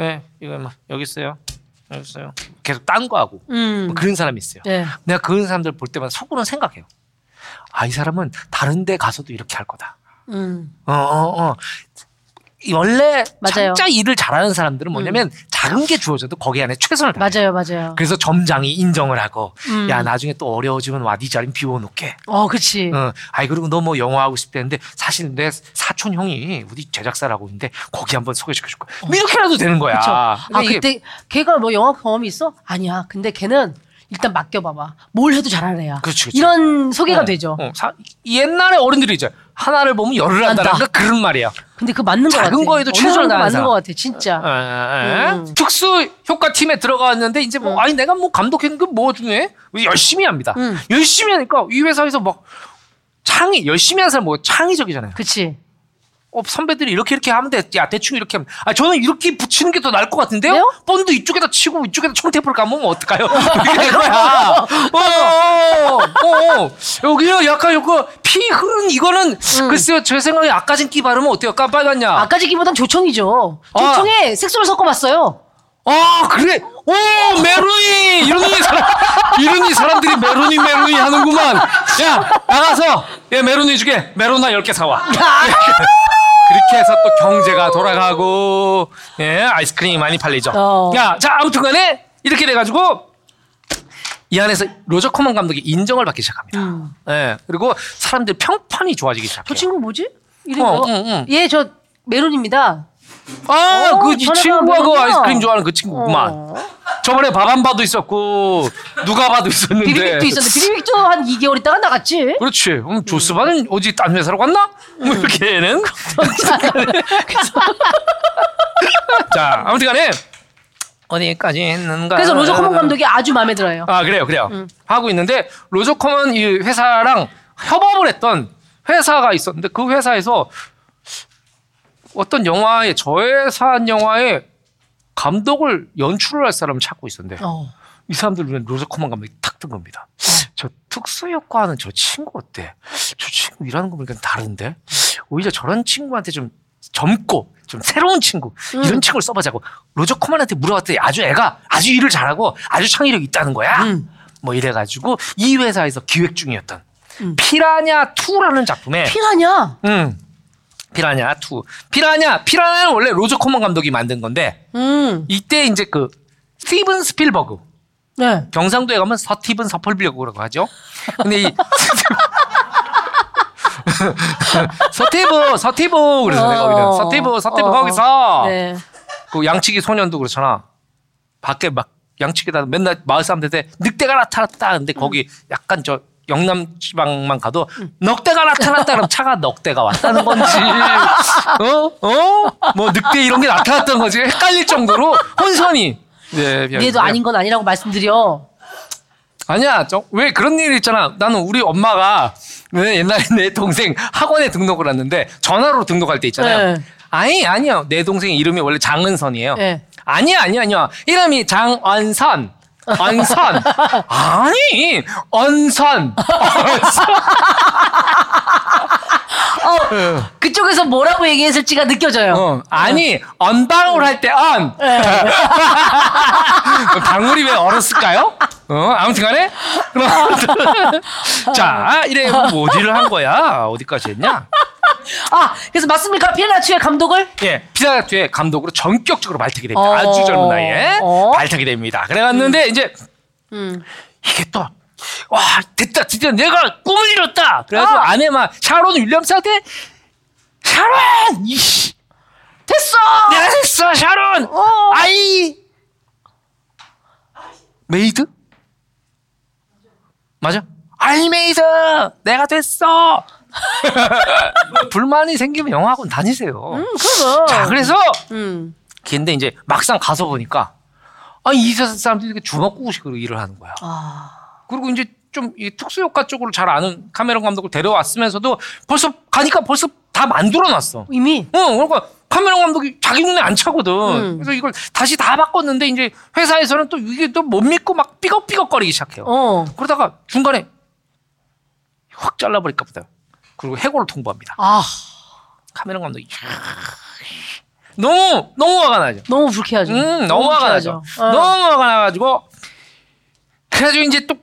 S2: 예, 이거 막 여기 있어요. 여기 있어요. 계속 딴 거 하고
S1: 음.
S2: 뭐 그런 사람이 있어요.
S1: 예.
S2: 내가 그런 사람들 볼 때마다 속으로는 생각해요. 아, 이 사람은 다른 데 가서도 이렇게 할 거다.
S1: 음.
S2: 어, 어, 어. 이 원래
S1: 맞아요. 음.
S2: 진짜 일을 잘하는 사람들은 뭐냐면 작은 게 주어져도 거기 안에 최선을 다.
S1: 맞아요, 맞아요.
S2: 그래서 점장이 인정을 하고
S1: 음.
S2: 야 나중에 또 어려워지면 와 네 자리는 비워놓게.
S1: 어, 그치.
S2: 어, 아이 그리고 너 뭐 영화 하고 싶대는데 사실 내 사촌 형이 우리 제작사라고 있는데 거기 한번 소개시켜줄 거야. 뭐 이렇게라도 되는 거야.
S1: 어. 그쵸. 아,
S2: 이게
S1: 그때 걔가 뭐 영화 경험이 있어? 아니야. 근데 걔는 일단 맡겨봐봐. 뭘 해도 잘하는 애야.
S2: 그렇지, 그렇지.
S1: 이런 소개가
S2: 어,
S1: 되죠.
S2: 어, 사- 옛날에 어른들이 이제 하나를 보면 열을 한다는
S1: 한다.
S2: 가 그런 말이야.
S1: 근데 그 맞는 거 같아.
S2: 작은 거에도
S1: 어느
S2: 최선을 어.
S1: 정도
S2: 다하는
S1: 맞는
S2: 사람.
S1: 거 같아, 진짜.
S2: 에, 에.
S1: 음.
S2: 예, 특수 효과 팀에 들어갔는데 이제 뭐 아니 내가 뭐 감독했는 게뭐 중에 열심히 합니다.
S1: 음.
S2: 열심히 하니까 이 회사에서 막 창의 열심히 하는 사람 뭐 창의적이잖아요.
S1: 그치.
S2: 어, 선배들이 이렇게 이렇게 하면 돼. 야 대충 이렇게 하면 아 저는 이렇게 붙이는 게 더 나을 것 같은데요?
S1: 왜요?
S2: 본드 이쪽에다 치고 이쪽에다 청테이프를 감으면 어떡해요? 이렇게 될 거야. 어,
S1: 뭐.
S2: 어, 어, 어. 여기요 약간 요거 피 흐른 이거는
S1: 음.
S2: 글쎄요 제 생각에 아까진 끼 바르면 어때요? 깜빡았냐?
S1: 아까 지기보단 조청이죠.
S2: 아.
S1: 조청에 색소를 섞어봤어요.
S2: 아 그래 오 메로이 이러니 사람 이러니 사람들이 메로니 메로니 하는구만 야 나가서 야 메로니 주게 메로나 10개 사와 그렇게 해서 또 경제가 돌아가고 예 아이스크림이 많이 팔리죠
S1: 어.
S2: 야 자 아무튼간에 이렇게 돼가지고 이 안에서 로저 코먼 감독이 인정을 받기 시작합니다
S1: 음.
S2: 예 그리고 사람들 평판이 좋아지기
S1: 저
S2: 시작해요
S1: 친구 뭐지? 이름이
S2: 어,
S1: 어,
S2: 응, 응.
S1: 예, 저 메론입니다. 어,
S2: 아그
S1: 저래가
S2: 친구가 그
S1: 뭐냐.
S2: 아이스크림 좋아하는 그 친구구만
S1: 어.
S2: 저번에 밥한 바도 있었고 누가 봐도 있었는데
S1: 비비빅도 있었는데 비비빅도 한 2개월 있다가 나갔지.
S2: 그렇지 음, 조스바는 어디 딴 회사로 갔나?
S1: 음.
S2: 뭐 이렇게는 자 아무튼간에 어디까지 했는가
S1: 그래서 로저 코먼 감독이 아주 마음에 들어요.
S2: 아 그래요 그래요 하고 있는데 로저컴은 이 회사랑 협업을 했던 회사가 있었는데 그 회사에서 어떤 영화에 저예산 영화에 감독을 연출을 할 사람을 찾고 있었는데
S1: 어.
S2: 이 사람들 눈에 로저코만 감독이 탁 뜬 겁니다. 저 특수효과하는 저 친구 어때? 저 친구 일하는 거 보니까 다른데? 오히려 저런 친구한테 좀 젊고 좀 새로운 친구 이런 친구를 써보자고 로저코만한테 물어봤더니 아주 애가 아주 일을 잘하고 아주 창의력이 있다는 거야. 뭐 이래가지고 이 회사에서 기획 중이었던 피라냐 2라는 작품에
S1: 피라냐?
S2: 음, 피라냐 2 피라냐 피라냐는 원래 로저코만 감독이 만든 건데
S1: 음.
S2: 이때 이제 그 스티븐 스필버그
S1: 네.
S2: 경상도에 가면 서티븐 서펄비라고 하죠. 근데 이 서티브 서티브 그래서 내가
S1: 어.
S2: 그냥 서티브 서티브
S1: 어.
S2: 거기서
S1: 네.
S2: 그 양치기 소년도 그렇잖아. 밖에 막 양치기다 맨날 마을 사람들한테 늑대가 나타났다. 근데 거기 약간 저 영남 지방만 가도 넉대가 나타났다 그럼 차가 넉대가 왔다는 건지 어? 어? 뭐 늑대 이런 게 나타났던 거지 헷갈릴 정도로 혼선이 네,
S1: 얘도 아닌 건 아니라고 말씀드려. 어,
S2: 아니야, 저, 왜 그런 일 있잖아. 나는 우리 엄마가 왜 옛날에 내 동생 학원에 등록을 했는데 전화로 등록할 때 있잖아요.
S1: 네.
S2: 아니, 아니요. 내 동생 이름이 원래 장은선이에요.
S1: 네.
S2: 아니야, 아니야, 아니야. 이름이 장언선. 언선. 아니, 언선. 언선.
S1: 그쪽에서 뭐라고 얘기했을지가 느껴져요.
S2: 네. 어, 아니, 언방울 할 때 언.
S1: 네.
S2: 방울이 왜 얼었을까요? 어, 아무튼 간에. 자, 이래, 뭐 어디를 한 거야? 어디까지 했냐?
S1: 아, 그래서 맞습니까? 피라나츠의 감독을?
S2: 예, 피사투의 감독으로 전격적으로 발탁이 됩니다.
S1: 어.
S2: 아주 젊은 나이에
S1: 어.
S2: 발탁이 됩니다. 그래갔는데 이제
S1: 음.
S2: 이게 또. 와 됐다 드디어 내가 꿈을 이뤘다 그래가지고
S1: 아.
S2: 아내 막 샤론 윌리엄스한테 샤론 이씨
S1: 됐어!
S2: 내가 됐어 샤론
S1: 어.
S2: 아이 메이드 맞아 아이 메이드 내가 됐어 불만이 생기면 영화학원 다니세요
S1: 음, 그럼.
S2: 자 그래서
S1: 음.
S2: 근데 이제 막상 가서 보니까 아이 세상 사람들이 이렇게 주먹구구식으로 일을 하는 거야.
S1: 아.
S2: 그리고 이제 좀 이 특수효과 쪽으로 잘 아는 카메론 감독을 데려왔으면서도 벌써 가니까 벌써 다 만들어놨어.
S1: 이미?
S2: 어, 그러니까 카메론 감독이 자기 눈에 안 차거든.
S1: 음.
S2: 그래서 이걸 다시 다 바꿨는데 이제 회사에서는 또 이게 또 못 믿고 막 삐걱삐걱거리기 시작해요.
S1: 어.
S2: 그러다가 중간에 확 잘라버릴까 보다. 그리고 해고를 통보합니다.
S1: 아,
S2: 카메론 감독이 너무 너무 화가 나죠.
S1: 너무 불쾌하죠. 어.
S2: 음, 너무 화가 나죠.
S1: 불쾌하죠. 어.
S2: 너무 화가 나가지고 그래가지고 이제 또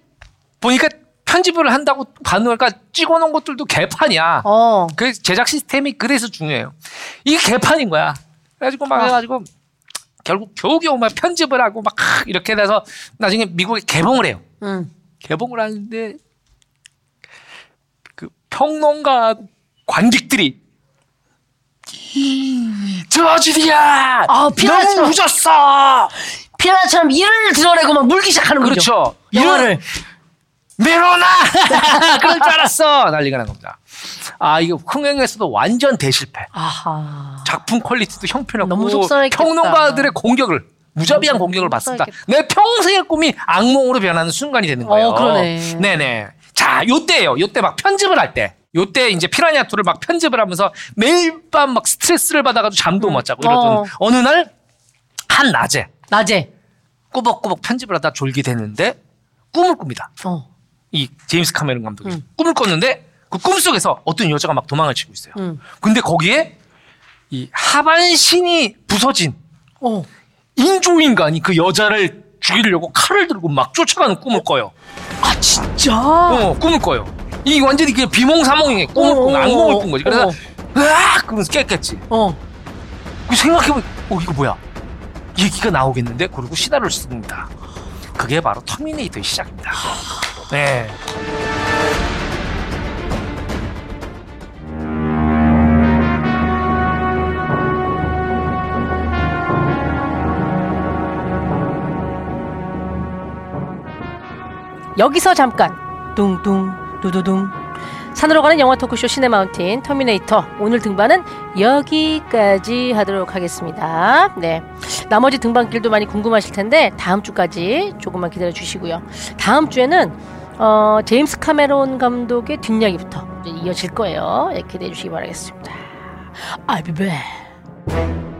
S2: 보니까 편집을 한다고 반응할까 찍어놓은 것들도 개판이야.
S1: 어.
S2: 그 제작 시스템이 그래서 중요해요. 이게 개판인 거야. 그래가지고
S1: 아.
S2: 막 해가지고 결국 겨우겨우 막 편집을 하고 막 이렇게 돼서 나중에 미국에 개봉을 해요.
S1: 음.
S2: 개봉을 하는데 그 평론가 관객들이 저지리야
S1: 아, 피아노
S2: 너무 늦었어
S1: 피아노처럼 이를 들어내고 막 물기 시작하는 거죠.
S2: 그렇죠
S1: 영화를.
S2: 메로나 그럴 줄 알았어 난리가 난 겁니다 아 이거 흥행에서도 완전 대실패
S1: 아하.
S2: 작품 퀄리티도 형편없고
S1: 너무 속상했겠다.
S2: 평론가들의 공격을 무자비한
S1: 너무
S2: 공격을 받습니다.
S1: 속상했겠다.
S2: 내 평생의 꿈이 악몽으로 변하는 순간이 되는 거예요.
S1: 어, 그러네.
S2: 네네. 자, 요때예요. 요때 막 편집을 할 때. 요때 이제 피라냐 투를 막 편집을 하면서 매일 밤 막 스트레스를 받아가지고 잠도 못 자고 이러던
S1: 어.
S2: 어느 날 한낮에
S1: 낮에.
S2: 꾸벅꾸벅 편집을 하다 졸게 되는데 꿈을 꿉니다.
S1: 어.
S2: 이 제임스 카메론 감독이
S1: 음.
S2: 꿈을 꿨는데 그 꿈속에서 어떤 여자가 막 도망을 치고 있어요.
S1: 음.
S2: 근데 거기에 이 하반신이 부서진
S1: 어.
S2: 인조인간이 그 여자를 죽이려고 칼을 들고 막 쫓아가는 꿈을 꿔요.
S1: 아 진짜.
S2: 어, 꿈을 꿔요. 이 완전히 그냥 비몽사몽이에요. 꿈을
S1: 어,
S2: 꾼,
S1: 어,
S2: 악몽을 꾼 거지. 그래서
S1: 어.
S2: 으악! 그러면서 깼겠지.
S1: 어.
S2: 그 생각해보면 어 이거 뭐야? 얘기가 나오겠는데? 그러고 시나리오를 씁니다. 그게 바로 터미네이터의 시작입니다. 네.
S1: 여기서 잠깐 둥둥 두두둥 산으로 가는 영화 토크쇼 시네마운틴 터미네이터 오늘 등반은 여기까지 하도록 하겠습니다. 네, 나머지 등반길도 많이 궁금하실 텐데 다음 주까지 조금만 기다려 주시고요. 다음 주에는 어, 제임스 카메론 감독의 뒷이야기부터 이제 이어질 거예요. 예, 기대해 주시기 바라겠습니다. I'll be back.